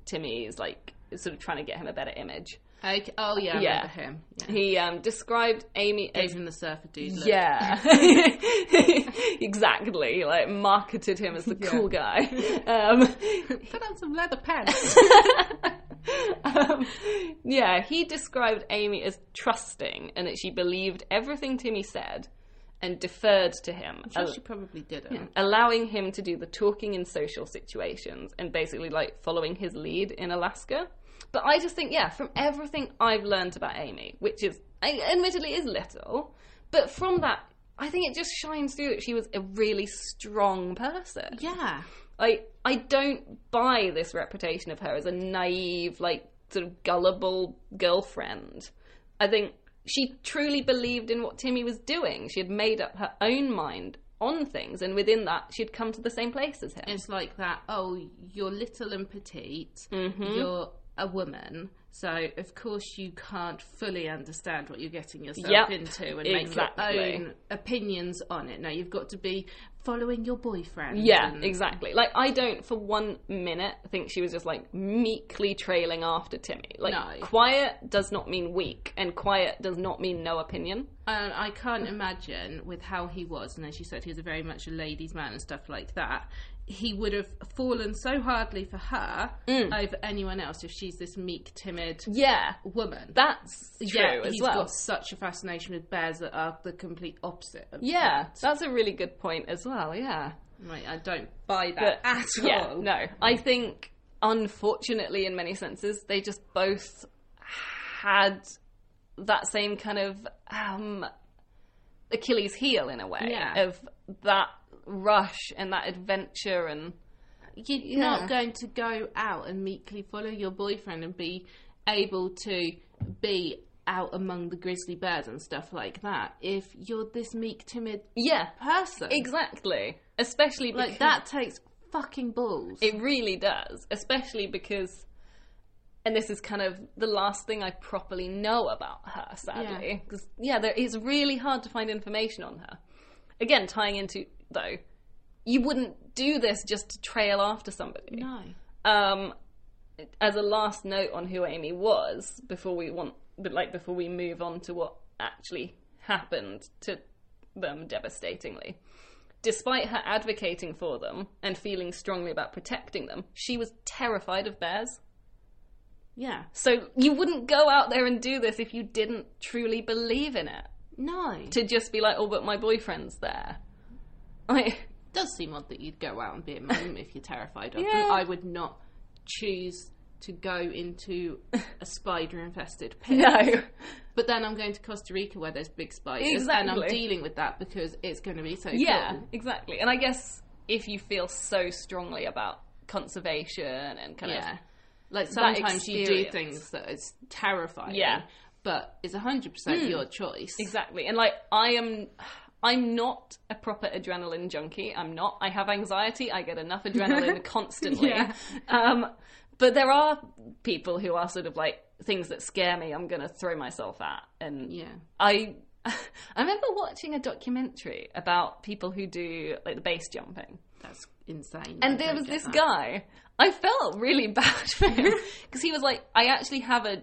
Timmy's, like, sort of trying to get him a better image.
Okay. Oh yeah, I
Yeah.
remember him. Yeah.
He um, described Amy as.
Gave him the surfer dude. Look.
Yeah, exactly. Like marketed him as the cool guy. Um,
Put on some leather pants.
Um, yeah, he described Amy as trusting and that she believed everything Timmy said and deferred to him,
Sure, she probably didn't.
allowing him to do the talking in social situations and basically like following his lead in Alaska. But I just think, yeah, from everything I've learned about Amy, which is I admittedly is little, but from that, I think it just shines through that she was a really strong person.
Yeah.
I I don't buy this reputation of her as a naive, like sort of gullible girlfriend. I think she truly believed in what Timmy was doing. She had made up her own mind on things, and within that, she'd come to the same place as him.
It's like that, oh, you're little and petite,
Mm-hmm.
you're a woman, so of course you can't fully understand what you're getting yourself
Yep,
into and
exactly.
make your own opinions on it. No, you've got to be following your boyfriend.
yeah,
and-
Um, exactly. Like I don't for one minute think she was just like meekly trailing after Timmy. Like
No.
quiet does not mean weak, and quiet does not mean no opinion.
And I can't imagine with how he was, and as you said, he was a very much a ladies' man and stuff like that. He would have fallen so hardly for her
Mm.
over anyone else if she's this meek, timid
Yeah,
woman.
that's true
yeah,
as
he's
well.
got such a fascination with bears that are the complete opposite. Of
Yeah, that's a really good point as well. Yeah.
Right, I don't buy that at
yeah,
all.
No, I think unfortunately, in many senses, they just both had that same kind of um, Achilles heel in a way
Yeah.
of that rush and that adventure and
You're not going to go out and meekly follow your boyfriend and be able to be out among the grizzly bears and stuff like that if you're this meek, timid
yeah,
person.
exactly. Especially
Like,
because-
that takes fucking balls.
It really does, especially because, and this is kind of the last thing I properly know about her, sadly. Because, yeah, there, it's really hard to find information on her. Again, tying into, though, you wouldn't do this just to trail after somebody.
no.
Um, as a last note on who Amy was, before we want, but like before we move on to what actually happened to them devastatingly. Despite her advocating for them and feeling strongly about protecting them, she was terrified of bears.
Yeah.
So you wouldn't go out there and do this if you didn't truly believe in it.
No. It
To just be like, oh, but my boyfriend's there. I,
does seem odd that you'd go out and be at home if you're terrified of
Yeah.
them. I would not choose to go into a spider infested pit.
no.
But then I'm going to Costa Rica where there's big spiders, and I'm
Exactly.
dealing with that because it's going to be so
Yeah,
cool.
exactly. And I guess if you feel so strongly about conservation and kind
Yeah.
of
Like sometimes you do
experience.
things that is terrifying.
Yeah. Mm.
But it's 100% your choice.
exactly, and like I am, I'm not a proper adrenaline junkie. I'm not. I have anxiety. I get enough adrenaline constantly.
Yeah.
Um, but there are people who are sort of like things that scare me. I'm gonna throw myself at, and
Yeah.
I. I remember watching a documentary about people who do like the base jumping.
That's insane. I
And there
don't
was
get
this
that.
guy. I felt really bad for him because he was like, I actually have a,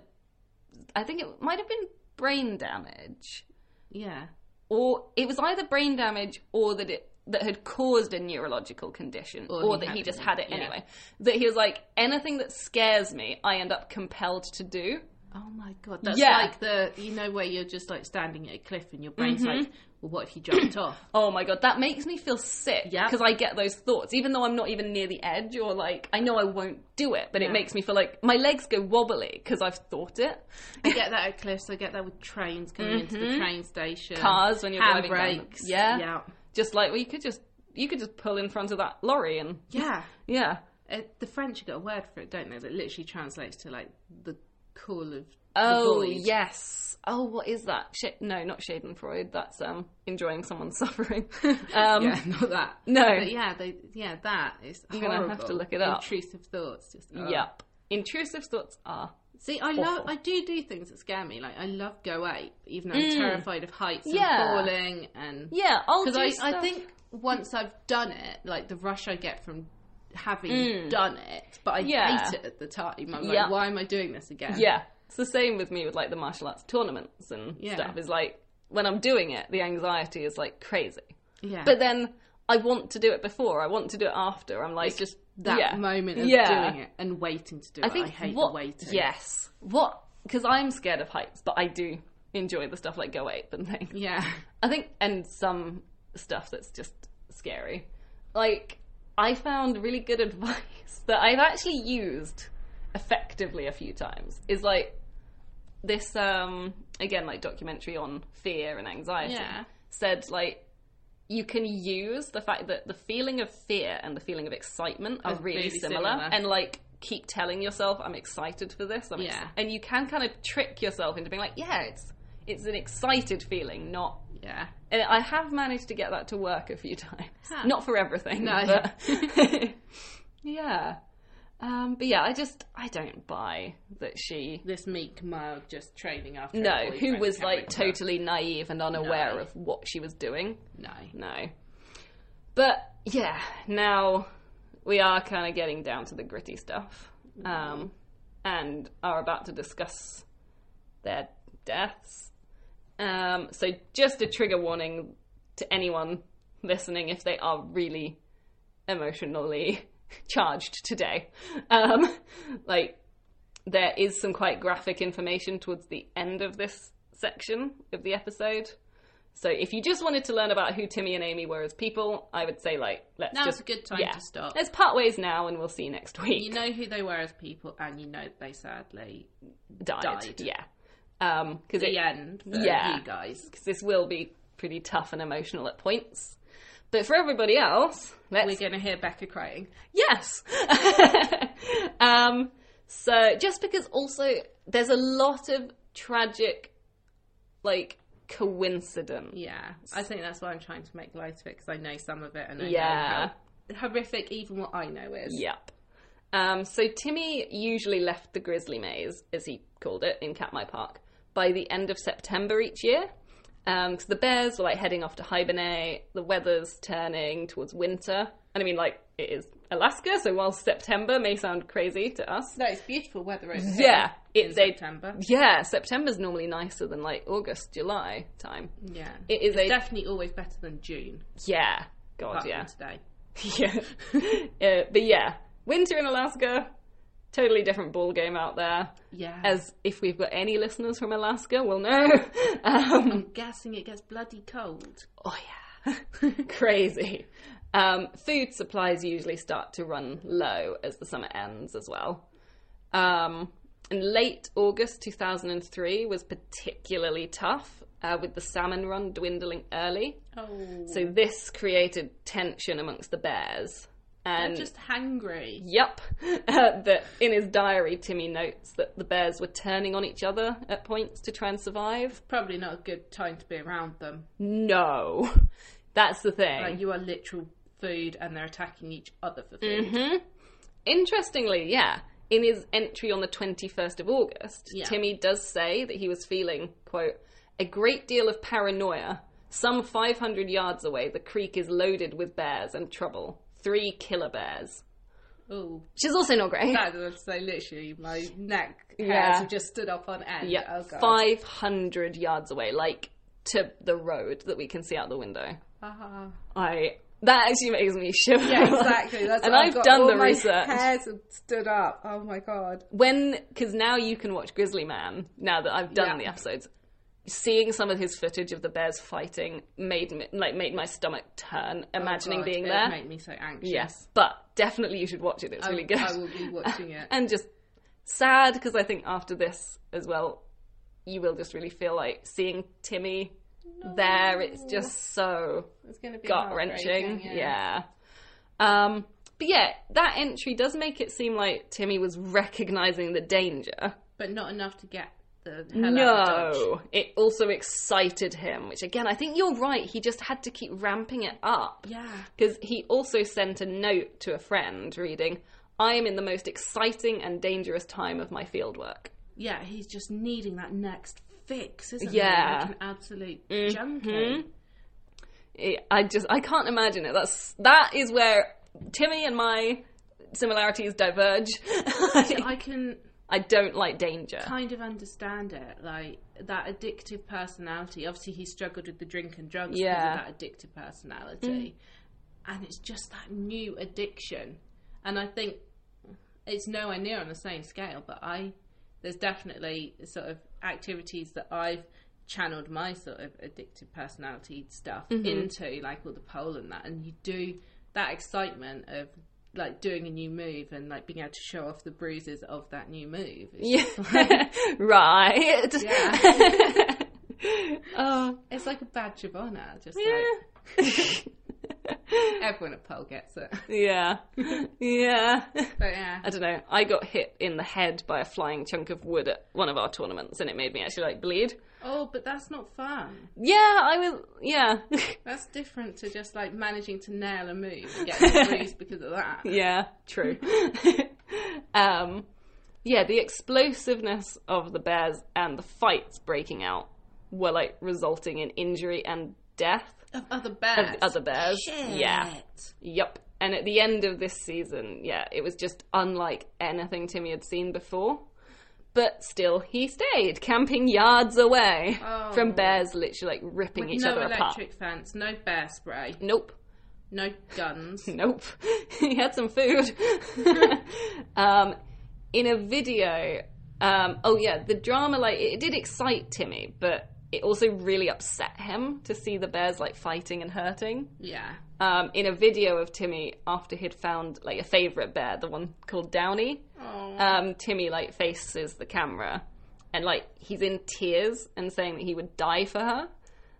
I think it might have been brain damage,
Yeah.
or it was either brain damage or that it that had caused a neurological condition, or,
Or he
that
had
he
it,
just had it
yeah.
anyway. That he was like, anything that scares me, I end up compelled to do.
Oh my god, that's
Yeah.
like the you know where you're just like standing at a cliff and your brain's
Mm-hmm.
like, well, what if you jumped off?
Oh my god, that makes me feel sick
Yeah.
because I get those thoughts, even though I'm not even near the edge or like I know I won't do it, but it
Yeah.
makes me feel like my legs go wobbly because I've thought it.
I get that at cliffs. I get that with trains coming into the train station,
Mm-hmm. Cars when you're driving down the-
handbrakes.
Yeah.
yeah,
just like well, you could just you could just pull in front of that lorry and
yeah.
yeah
Uh, the French have got a word for it, don't they? That literally translates to like the call of
oh
the void.
yes oh what is that Sh- no not Schadenfreude that's um enjoying someone's suffering um
yeah, not that.
no
But yeah, they yeah that is.
You're gonna have
horrible.
to look it up.
Intrusive thoughts, just oh.
yep intrusive thoughts are
See, I love I do do things that scare me. Like I love go ape, even though I'm terrified of heights and
Mm. Yeah.
falling and
yeah I'll do
because I, I
stuff-
think once I've done it, like the rush I get from having done it, but I
Mm. Yeah.
hate it at the time. I'm
Yeah.
like, why am I doing this again?
yeah it's the same with me with like the martial arts tournaments and
Yeah.
stuff is like when I'm doing it the anxiety is like crazy
yeah.
but then I want to do it before I want to do it after I'm like
it's just that
Yeah.
moment of
Yeah.
doing it and waiting to do
I
it.
think
I hate
what,
the waiting.
Yes. What? Because I'm scared of heights, but I do enjoy the stuff like go ape and things.
Yeah.
I think, and some stuff that's just scary. Like, I found really good advice that I've actually used effectively a few times. Is like this, um, again, like documentary on fear and anxiety
Yeah.
said, like, you can use the fact that the feeling of fear and the feeling of excitement are
Are
really,
really
similar,
similar.
and like keep telling yourself i'm excited for this I'm ex-"
Yeah.
and you can kind of trick yourself into being like yeah it's it's an excited feeling not
Yeah.
and I have managed to get that to work a few times.
Huh.
Not for everything.
No.
But yeah. Um, but yeah, I just I don't buy that she
This meek mug just training after. her
no, who
boyfriend
was
came
like
over.
totally naive and unaware
No.
of what she was doing.
No.
No. But yeah, now we are kind of getting down to the gritty stuff,
Mm-hmm.
um, and are about to discuss their deaths. Um, so just a trigger warning to anyone listening if they are really emotionally charged today. Um, like there is some quite graphic information towards the end of this section of the episode. So if you just wanted to learn about who Timmy and Amy were as people, I would say like let's
Now's
just
a good time to stop.
Let's part ways now, and we'll see you next week.
You know who they were as people, and you know that they sadly
died.
died.
Yeah, Um, because
the end. were
Yeah.
You guys.
this will be pretty tough and emotional at points. But for everybody else, let's
We're going to hear Becca crying.
Yes. um, so just because also there's a lot of tragic, like coincidence.
Yeah, I think that's why I'm trying to make light of it because I know some of it and I
Yeah.
know how horrific even what I know is.
Yep. Um, so Timmy usually left the grizzly maze, as he called it, in Katmai Park by the end of September each year. Because the bears were like heading off to hibernate, the weather's turning towards winter. And I mean, like, it is Alaska, so while September may sound crazy to us,
No, it's beautiful weather over here.
yeah,
in
it, they,
September.
Yeah, September's normally nicer than like August, July time.
Yeah,
It is a
definitely always better than June.
yeah, God,
Apart
yeah,
from today.
yeah. Uh, but yeah, winter in Alaska, totally different ball game out there.
Yeah,
As if we've got any listeners from Alaska, we'll know. Um,
I'm guessing it gets bloody cold.
oh yeah, crazy. Um, food supplies usually start to run low as the summer ends as well. Um, and late August 2003 was particularly tough, uh, with the salmon run dwindling early.
Oh,
So this created tension amongst the bears.
I'm
And
just hangry.
Yep. Uh, that in his diary, Timmy notes that the bears were turning on each other at points to try and survive.
Probably not a good time to be around them.
No, that's the thing.
Like you are literal food, and they're attacking each other for food.
Mm-hmm. Interestingly, yeah, in his entry on the 21st of August,
Yeah.
Timmy does say that he was feeling, quote, a great deal of paranoia. Some 500 yards away, the creek is loaded with bears and trouble. Three killer bears.
Oh,
Which is also not great.
that was so literally my neck hairs
Yeah.
have just stood up on end.
Yeah,
Oh, God.
500 yards away, like to the road that we can see out the window.
Ah.
I that actually makes me shiver.
Yeah, exactly. That's
and
what
I've
got.
done
All
the
my
research
Hairs have stood up. Oh my god.
when because now you can watch Grizzly Man. Now that I've done
Yeah.
the episodes, seeing some of his footage of the bears fighting made me, like made my stomach turn. Imagining
Oh, God,
being
it
there.
would make me so anxious.
yes, but definitely you should watch it. It's
I,
really good.
I will be watching it.
and just sad because I think after this as well, you will just really feel like seeing Timmy there. It's just so
It's going to be
gut wrenching.
heartbreaking,
Yeah. Um, but yeah, that entry does make it seem like Timmy was recognizing the danger.
But not enough to get the hell out of Dodge.
no, it also excited him, which again, I think you're right. He just had to keep ramping it up.
Yeah.
Because he also sent a note to a friend reading, I am in the most exciting and dangerous time of my fieldwork.
Yeah, he's just needing that next fix, isn't
Yeah. Mm-hmm.
he? Like an absolute junkie.
It- I just, I can't imagine it. That's, that is where Timmy and my similarities diverge.
I can
I don't like danger.
kind of understand it, like that addictive personality. Obviously, he struggled with the drink and drugs
Yeah.
because of that addictive personality, and it's just that new addiction. And I think it's nowhere near on the same scale, but I there's definitely sort of activities that I've channeled my sort of addictive personality stuff into, like all the pole and that, and you do that excitement of like doing a new move and like being able to show off the bruises of that new move. It's
Yeah. right.
Yeah.
oh,
It's like a badge of honour, just
yeah.
like everyone at pole gets it.
yeah. Yeah.
But yeah,
I don't know. I got hit in the head by a flying chunk of wood at one of our tournaments and it made me actually like bleed.
oh, but that's not fun.
Yeah, I was. Yeah.
That's different to just like managing to nail a move and getting a bruise because of that.
yeah, true. um, yeah, the explosiveness of the bears and the fights breaking out were like resulting in injury and death.
Of other bears.
Other bears.
Shit.
Yeah. Yep. And at the end of this season, yeah, it was just unlike anything Timmy had seen before. But still, he stayed camping yards away
Oh.
from bears, literally like ripping each
no
other apart.
electric fence, no bear spray,
Nope.
no guns.
Nope. he had some food. um, in a video, um, oh yeah, the drama like it did excite Timmy, but it also really upset him to see the bears like fighting and hurting.
yeah.
um, in a video of Timmy after he'd found like a favorite bear, the one called Downy.
Oh.
Um, Timmy like faces the camera, and like he's in tears and saying that he would die for her,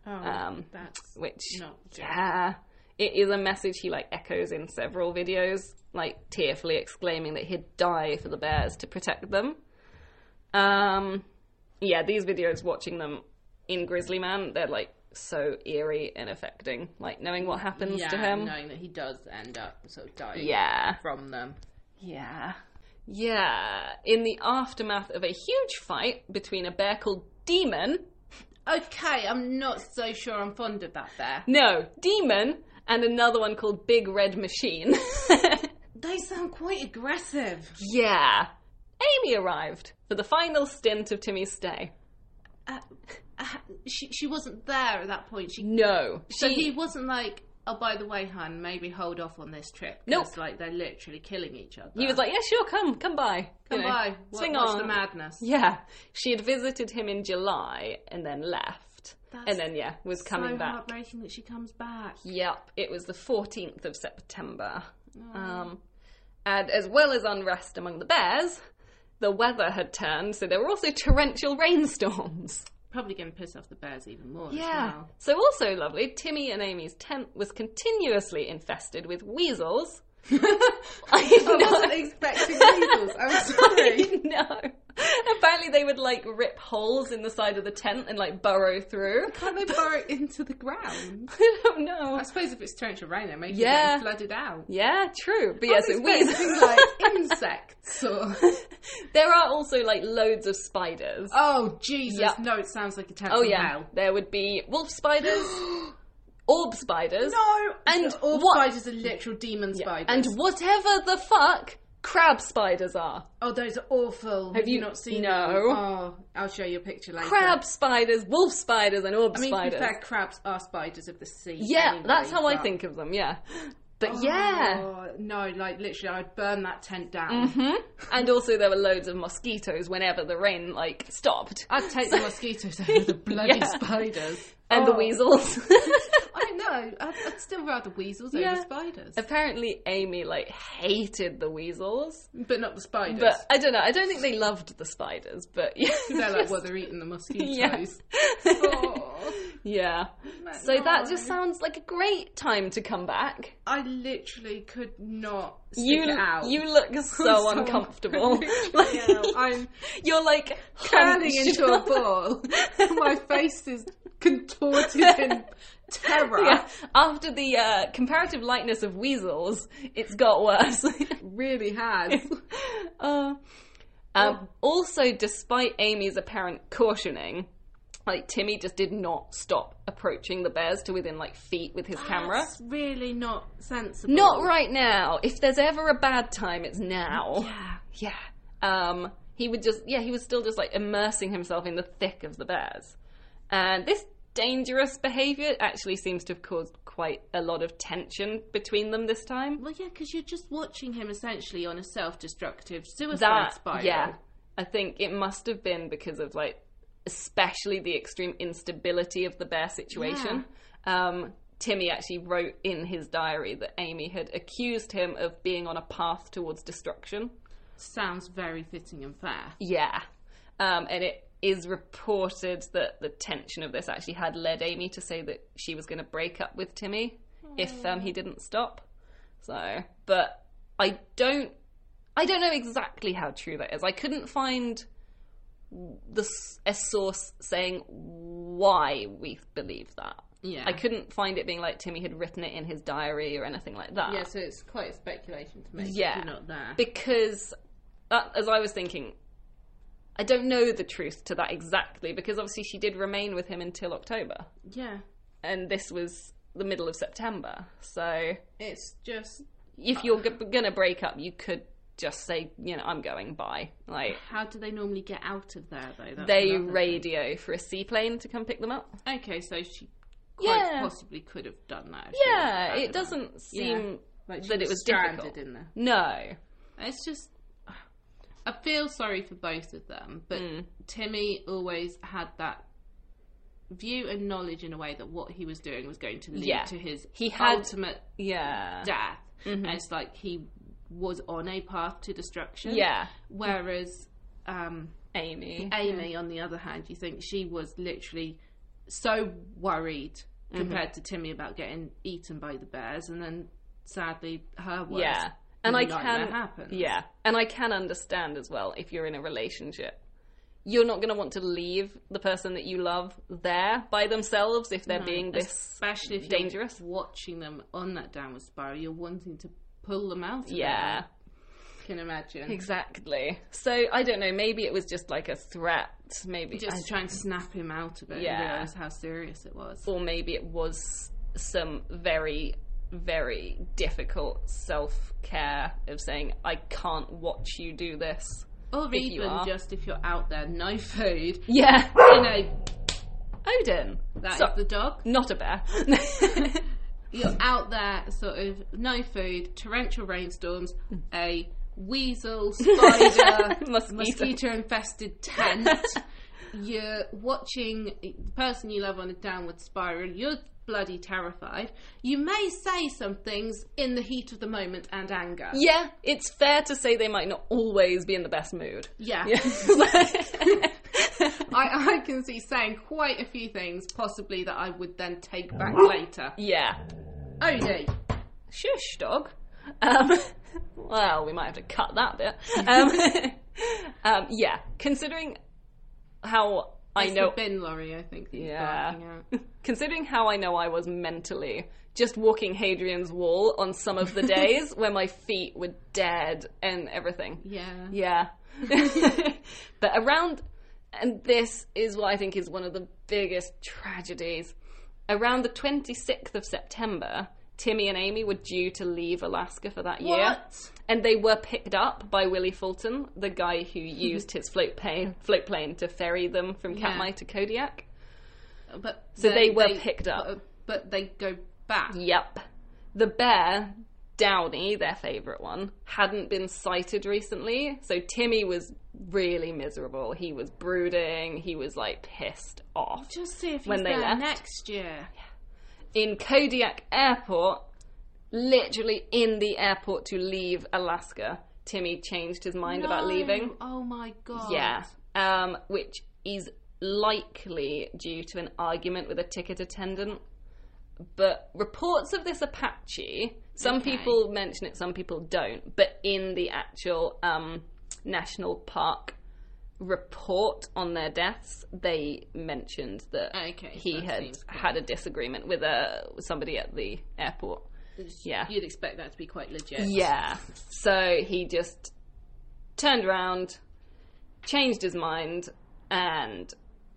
oh
um,
that's
which
not good.
yeah, it is a message he like echoes in several videos, like tearfully exclaiming that he'd die for the bears to protect them. Um, yeah, these videos, watching them in Grizzly Man, they're like so eerie and affecting. Like knowing what happens
yeah,
to him.
knowing that he does end up sort of dying
Yeah.
from them.
Yeah. Yeah. In the aftermath of a huge fight between a bear called Demon,
Okay, I'm not so sure I'm fond of that bear.
no, Demon, and another one called Big Red Machine.
They sound quite aggressive.
yeah. Amy arrived for the final stint of Timmy's stay.
Uh, uh, she, she wasn't there at that point. She
No.
So
She
he wasn't like, oh, by the way, hun, maybe hold off on this trip. 'cause,
Nope.
like they're literally killing each other.
he was like, Yeah, sure, come, come by.
come
You know,
by, what,
Swing
what's
on.
the madness?
Yeah. She had visited him in July and then left.
That's
and then yeah, was coming
so
back.
heartbreaking that she comes back.
Yep, it was the 14th of September.
Oh.
Um, and as well as unrest among the bears, the weather had turned, so there were also torrential rainstorms.
Probably going to piss off the bears even more. As well.
So, also lovely, Timmy and Amy's tent was continuously infested with weasels. I
I
know.
wasn't expecting needles. I'm sorry.
I know. Apparently, they would like rip holes in the side of the tent and like burrow through.
Can't they burrow it into the ground?
I don't know.
I suppose if it's torrential rain, they make
Yeah.
it get flooded out.
Yeah, true. But
I
yes,
was
it was.
expecting like insects or
there are also like loads of spiders.
oh Jesus!
Yep.
No, it sounds like a tent
Oh
from
yeah,
hell.
there would be wolf spiders, orb spiders,
No,
And
and all
what-
spiders are literal demon spiders.
and whatever the fuck crab spiders are.
oh, those are awful. Have,
you-
you not seen?
No.
them? Oh, I'll show you a picture later.
Crab spiders, wolf spiders, and orb
I mean, to
spiders.
be fair, crabs are spiders of the sea.
yeah,
anyway,
that's how I
but-
think of them. Yeah, but yeah, Mm.
Oh, no, like literally, I'd burn that tent down.
and also there were loads of mosquitoes whenever the rain like stopped,
I'd take the mosquitoes over the bloody
Yeah.
spiders
and the
Oh.
weasels.
I know. I'd, I'd still rather weasels
Yeah.
over spiders,
Apparently, Amy like hated the weasels,
but not the spiders.
but I don't know. I don't think they loved the spiders, but yeah,
they're like, well, they're eating the mosquitoes.
Yeah.
Oh,
Yeah.
that
So that
nice?
just sounds like a great time to come back.
I literally could not stick
You
it out.
you look so
so
uncomfortable.
uncomfortable. Yeah, I'm
you're like
turning
hunched
into a
up.
ball. My face is contorted in terror.
Yeah. After the uh, comparative lightness of weasels, it's got worse.
Really has.
uh,
Oh.
um, also, despite Amy's apparent cautioning, like Timmy just did not stop approaching the bears to within like feet with his camera.
That's really not sensible.
Not right now. If there's ever a bad time, it's now. Yeah. Um, he would just, yeah, he was still just like immersing himself in the thick of the bears. And this dangerous behaviour actually seems to have caused quite a lot of tension between them this time.
Well, yeah, because you're just watching him essentially on a self-destructive suicide
That,
spiral.
yeah, I think it must have been because of like, especially the extreme instability of the bear situation. Um, Timmy actually wrote in his diary that Amy had accused him of being on a path towards destruction.
sounds very fitting and fair.
Yeah. Um, and it is reported that the tension of this actually had led Amy to say that she was going to break up with Timmy if um, he didn't stop. So, but I don't, I don't know exactly how true that is. I couldn't find the s- a source saying why we believe that.
Yeah.
I couldn't find it being like Timmy had written it in his diary or anything like that
Yeah, so it's quite a speculation to make. if
Yeah.
you're not there.
because that, as I was thinking, I don't know the truth to that exactly because obviously she did remain with him until October,
yeah,
and this was the middle of September. So
it's just Ah.
if you're g- gonna break up, you could just say, you know, I'm going. Bye. Like
how do they normally get out of there though? That's
they
another-
radio for a seaplane to come pick them up.
okay, so she quite
Yeah.
possibly could have done that. if she was
Yeah,
out
it
of there.
doesn't seem
Like she
that it was
stranded
difficult.
in there.
No.
It's just. I feel sorry for both of them,
Mm.
but Timmy always had that view and knowledge in a way that what he was doing was going to lead
Yeah.
to his
He had- Mm-hmm.
ultimate
Yeah.
death. And it's like he was on a path to destruction.
Yeah.
Whereas um,
Amy.
Amy, on the other hand, you think she was literally so worried
Mm-hmm.
compared to Timmy about getting eaten by the bears, and then sadly her worst
yeah and i
nightmare
can
happens.
yeah and i can understand as well if you're in a relationship you're not going to want to leave the person that you love there by themselves if they're being this
especially if
dangerous.
you're watching them on that downward spiral you're wanting to pull them out of it,
yeah
I can imagine
exactly so i don't know maybe it was just like a threat maybe
just try and snap him out of it
Yeah.
and realize how serious it was
or maybe it was some very very difficult self-care of saying i can't watch you do this
or
If you
even
are.
just if you're out there no food
yeah
you know
odin
that is
So-
the dog
not a bear
you're out there sort of no food torrential rainstorms a weasel spider
Mosquito.
mosquito infested tent you're watching the person you love on a downward spiral you're bloody terrified you may say some things in the heat of the moment and anger
Yeah, it's fair to say they might not always be in the best mood.
yeah,
Yeah.
I, I can see saying quite a few things possibly that i would then take back later Oh,
yeah.
odie
Shush, dog. Um, well, we might have to cut that bit. Um, um, yeah, considering how I
it's
know.
the bin lorry i think that he's
Yeah.
barking at.
Considering how I know I was mentally just walking Hadrian's wall on some of the days where my feet were dead and everything.
yeah
Yeah. but around, and this is what I think is one of the biggest tragedies. Around the 26th of September, Timmy and Amy were due to leave Alaska for that year.
What?
And they were picked up by Willie Fulton, the guy who used his float plane, float plane to ferry them from Katmai to Kodiak.
But
So they were picked up.
But, but they go back.
Yep. The bear, Downey, their favourite one, hadn't been sighted recently, so Timmy was really miserable. He was brooding, he was like pissed off.
Just see if he's
When they
there
left.
next year.
In Kodiak Airport, literally in the airport to leave Alaska, Timmy changed his mind about
No.
leaving.
Oh my god.
Yeah. Um, which is likely due to an argument with a ticket attendant. But reports of this Apache, some
Okay.
people mention it, some people don't, but in the actual um, national park report on their deaths, they mentioned that
Okay,
he
that
had
seems quite-
had a disagreement with a, somebody at the airport. Yeah.
You'd expect that to be quite legit.
Yeah. So he just turned around, changed his mind, and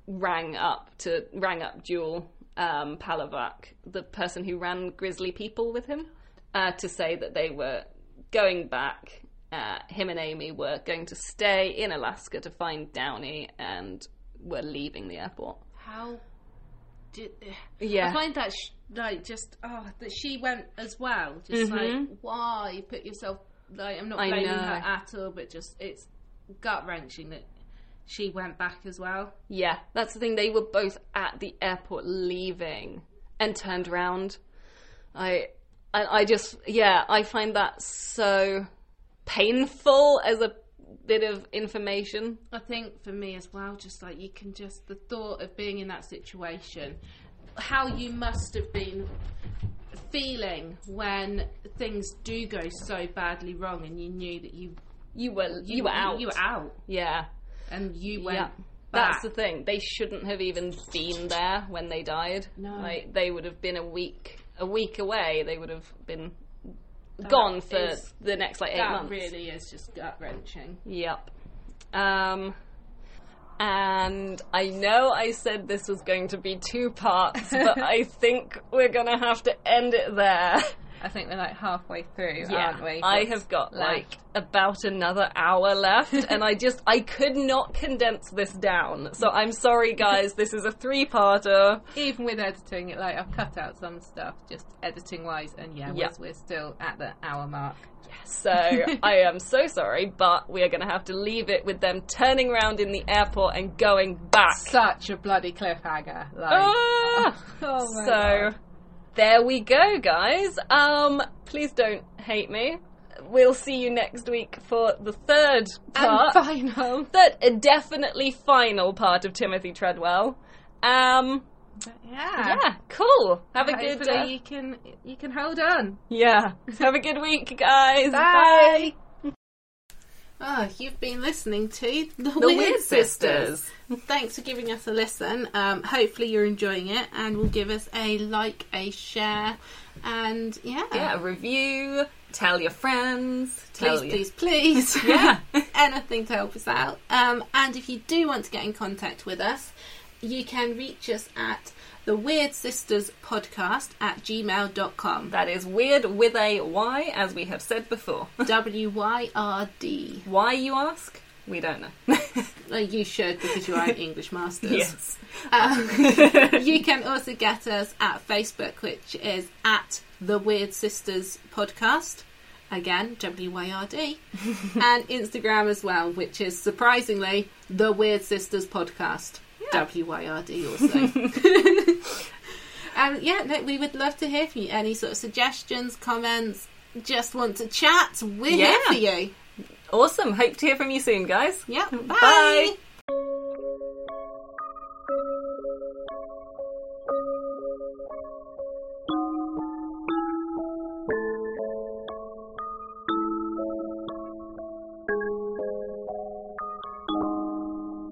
rang up to rang up Jewel um, Palavac, the person who ran Grizzly People with him, uh, to say that they were going back. Uh, him and Amy were going to stay in Alaska to find Downey and were leaving the airport.
How did,
Yeah.
I find that sh- like just oh that she went as well. Just like why put yourself like I'm not
I
blaming
know.
her at all, but just it's gut wrenching that she went back as well.
Yeah, that's the thing. They were both at the airport leaving and turned around. I, and I just, yeah, I find that so painful as a bit of information.
I think for me as well, just like you can just the thought of being in that situation, how you must have been feeling when things do go so badly wrong, and you knew that you
You were, you, were out.
you were out,
Yeah,
and you went
yeah.
back.
That's the thing. They shouldn't have even been there when they died.
No.
like they would have been a week, a week away. They would have been gone for
is-
the next like eight
that
months.
really is just gut wrenching.
Yep. Um, and I know I said this was going to be two parts, but I think we're gonna have to end it there. Uh,
I think we're like halfway through, aren't we?
I
What's
have got
left?
like about another hour left, and I just I could not condense this down. So I'm sorry, guys. this is a three-parter.
even with editing, like I've cut out some stuff just editing wise, and yeah,
Yeah.
We're, we're still at the hour mark.
So I am so sorry, but we are gonna have to leave it with them turning around in the airport and going back.
Such a bloody cliffhanger! Like,
Ah!
Oh my
so there we go, guys. Um, please don't hate me. We'll see you next week for the third part,
and final.
third uh, definitely final part of Timothy Treadwell. Um,
Yeah.
yeah, cool. Have a good
Hopefully
day.
you can you can hold on.
Yeah, have a good week, guys. Bye.
Oh, you've been listening to The,
The
Weird, Sisters. Thanks for giving us a listen. Um, hopefully you're enjoying it and will give us a like, a share, and yeah.
Yeah, review. Tell your friends. Tell
Please,
your
please, please.
Yeah.
Anything to help us out. Um, and if you do want to get in contact with us, you can reach us at the Weird Sisters Podcast at gmail.com.
That is weird with a Y, as we have said before.
W Y R D.
Why you ask? We don't know.
Well, you should because you are an English masters.
yes.
Um, you can also get us at Facebook, which is at the Weird Sisters Podcast. Again, W Y R D. and Instagram as well, which is surprisingly the Weird Sisters Podcast. W Y R D also. Um, yeah, no, we would love to hear from you. Any sort of suggestions, comments, just want to chat, we're
Yeah.
here for you.
Awesome. Hope to hear from you soon, guys.
Yeah, bye.
Bye.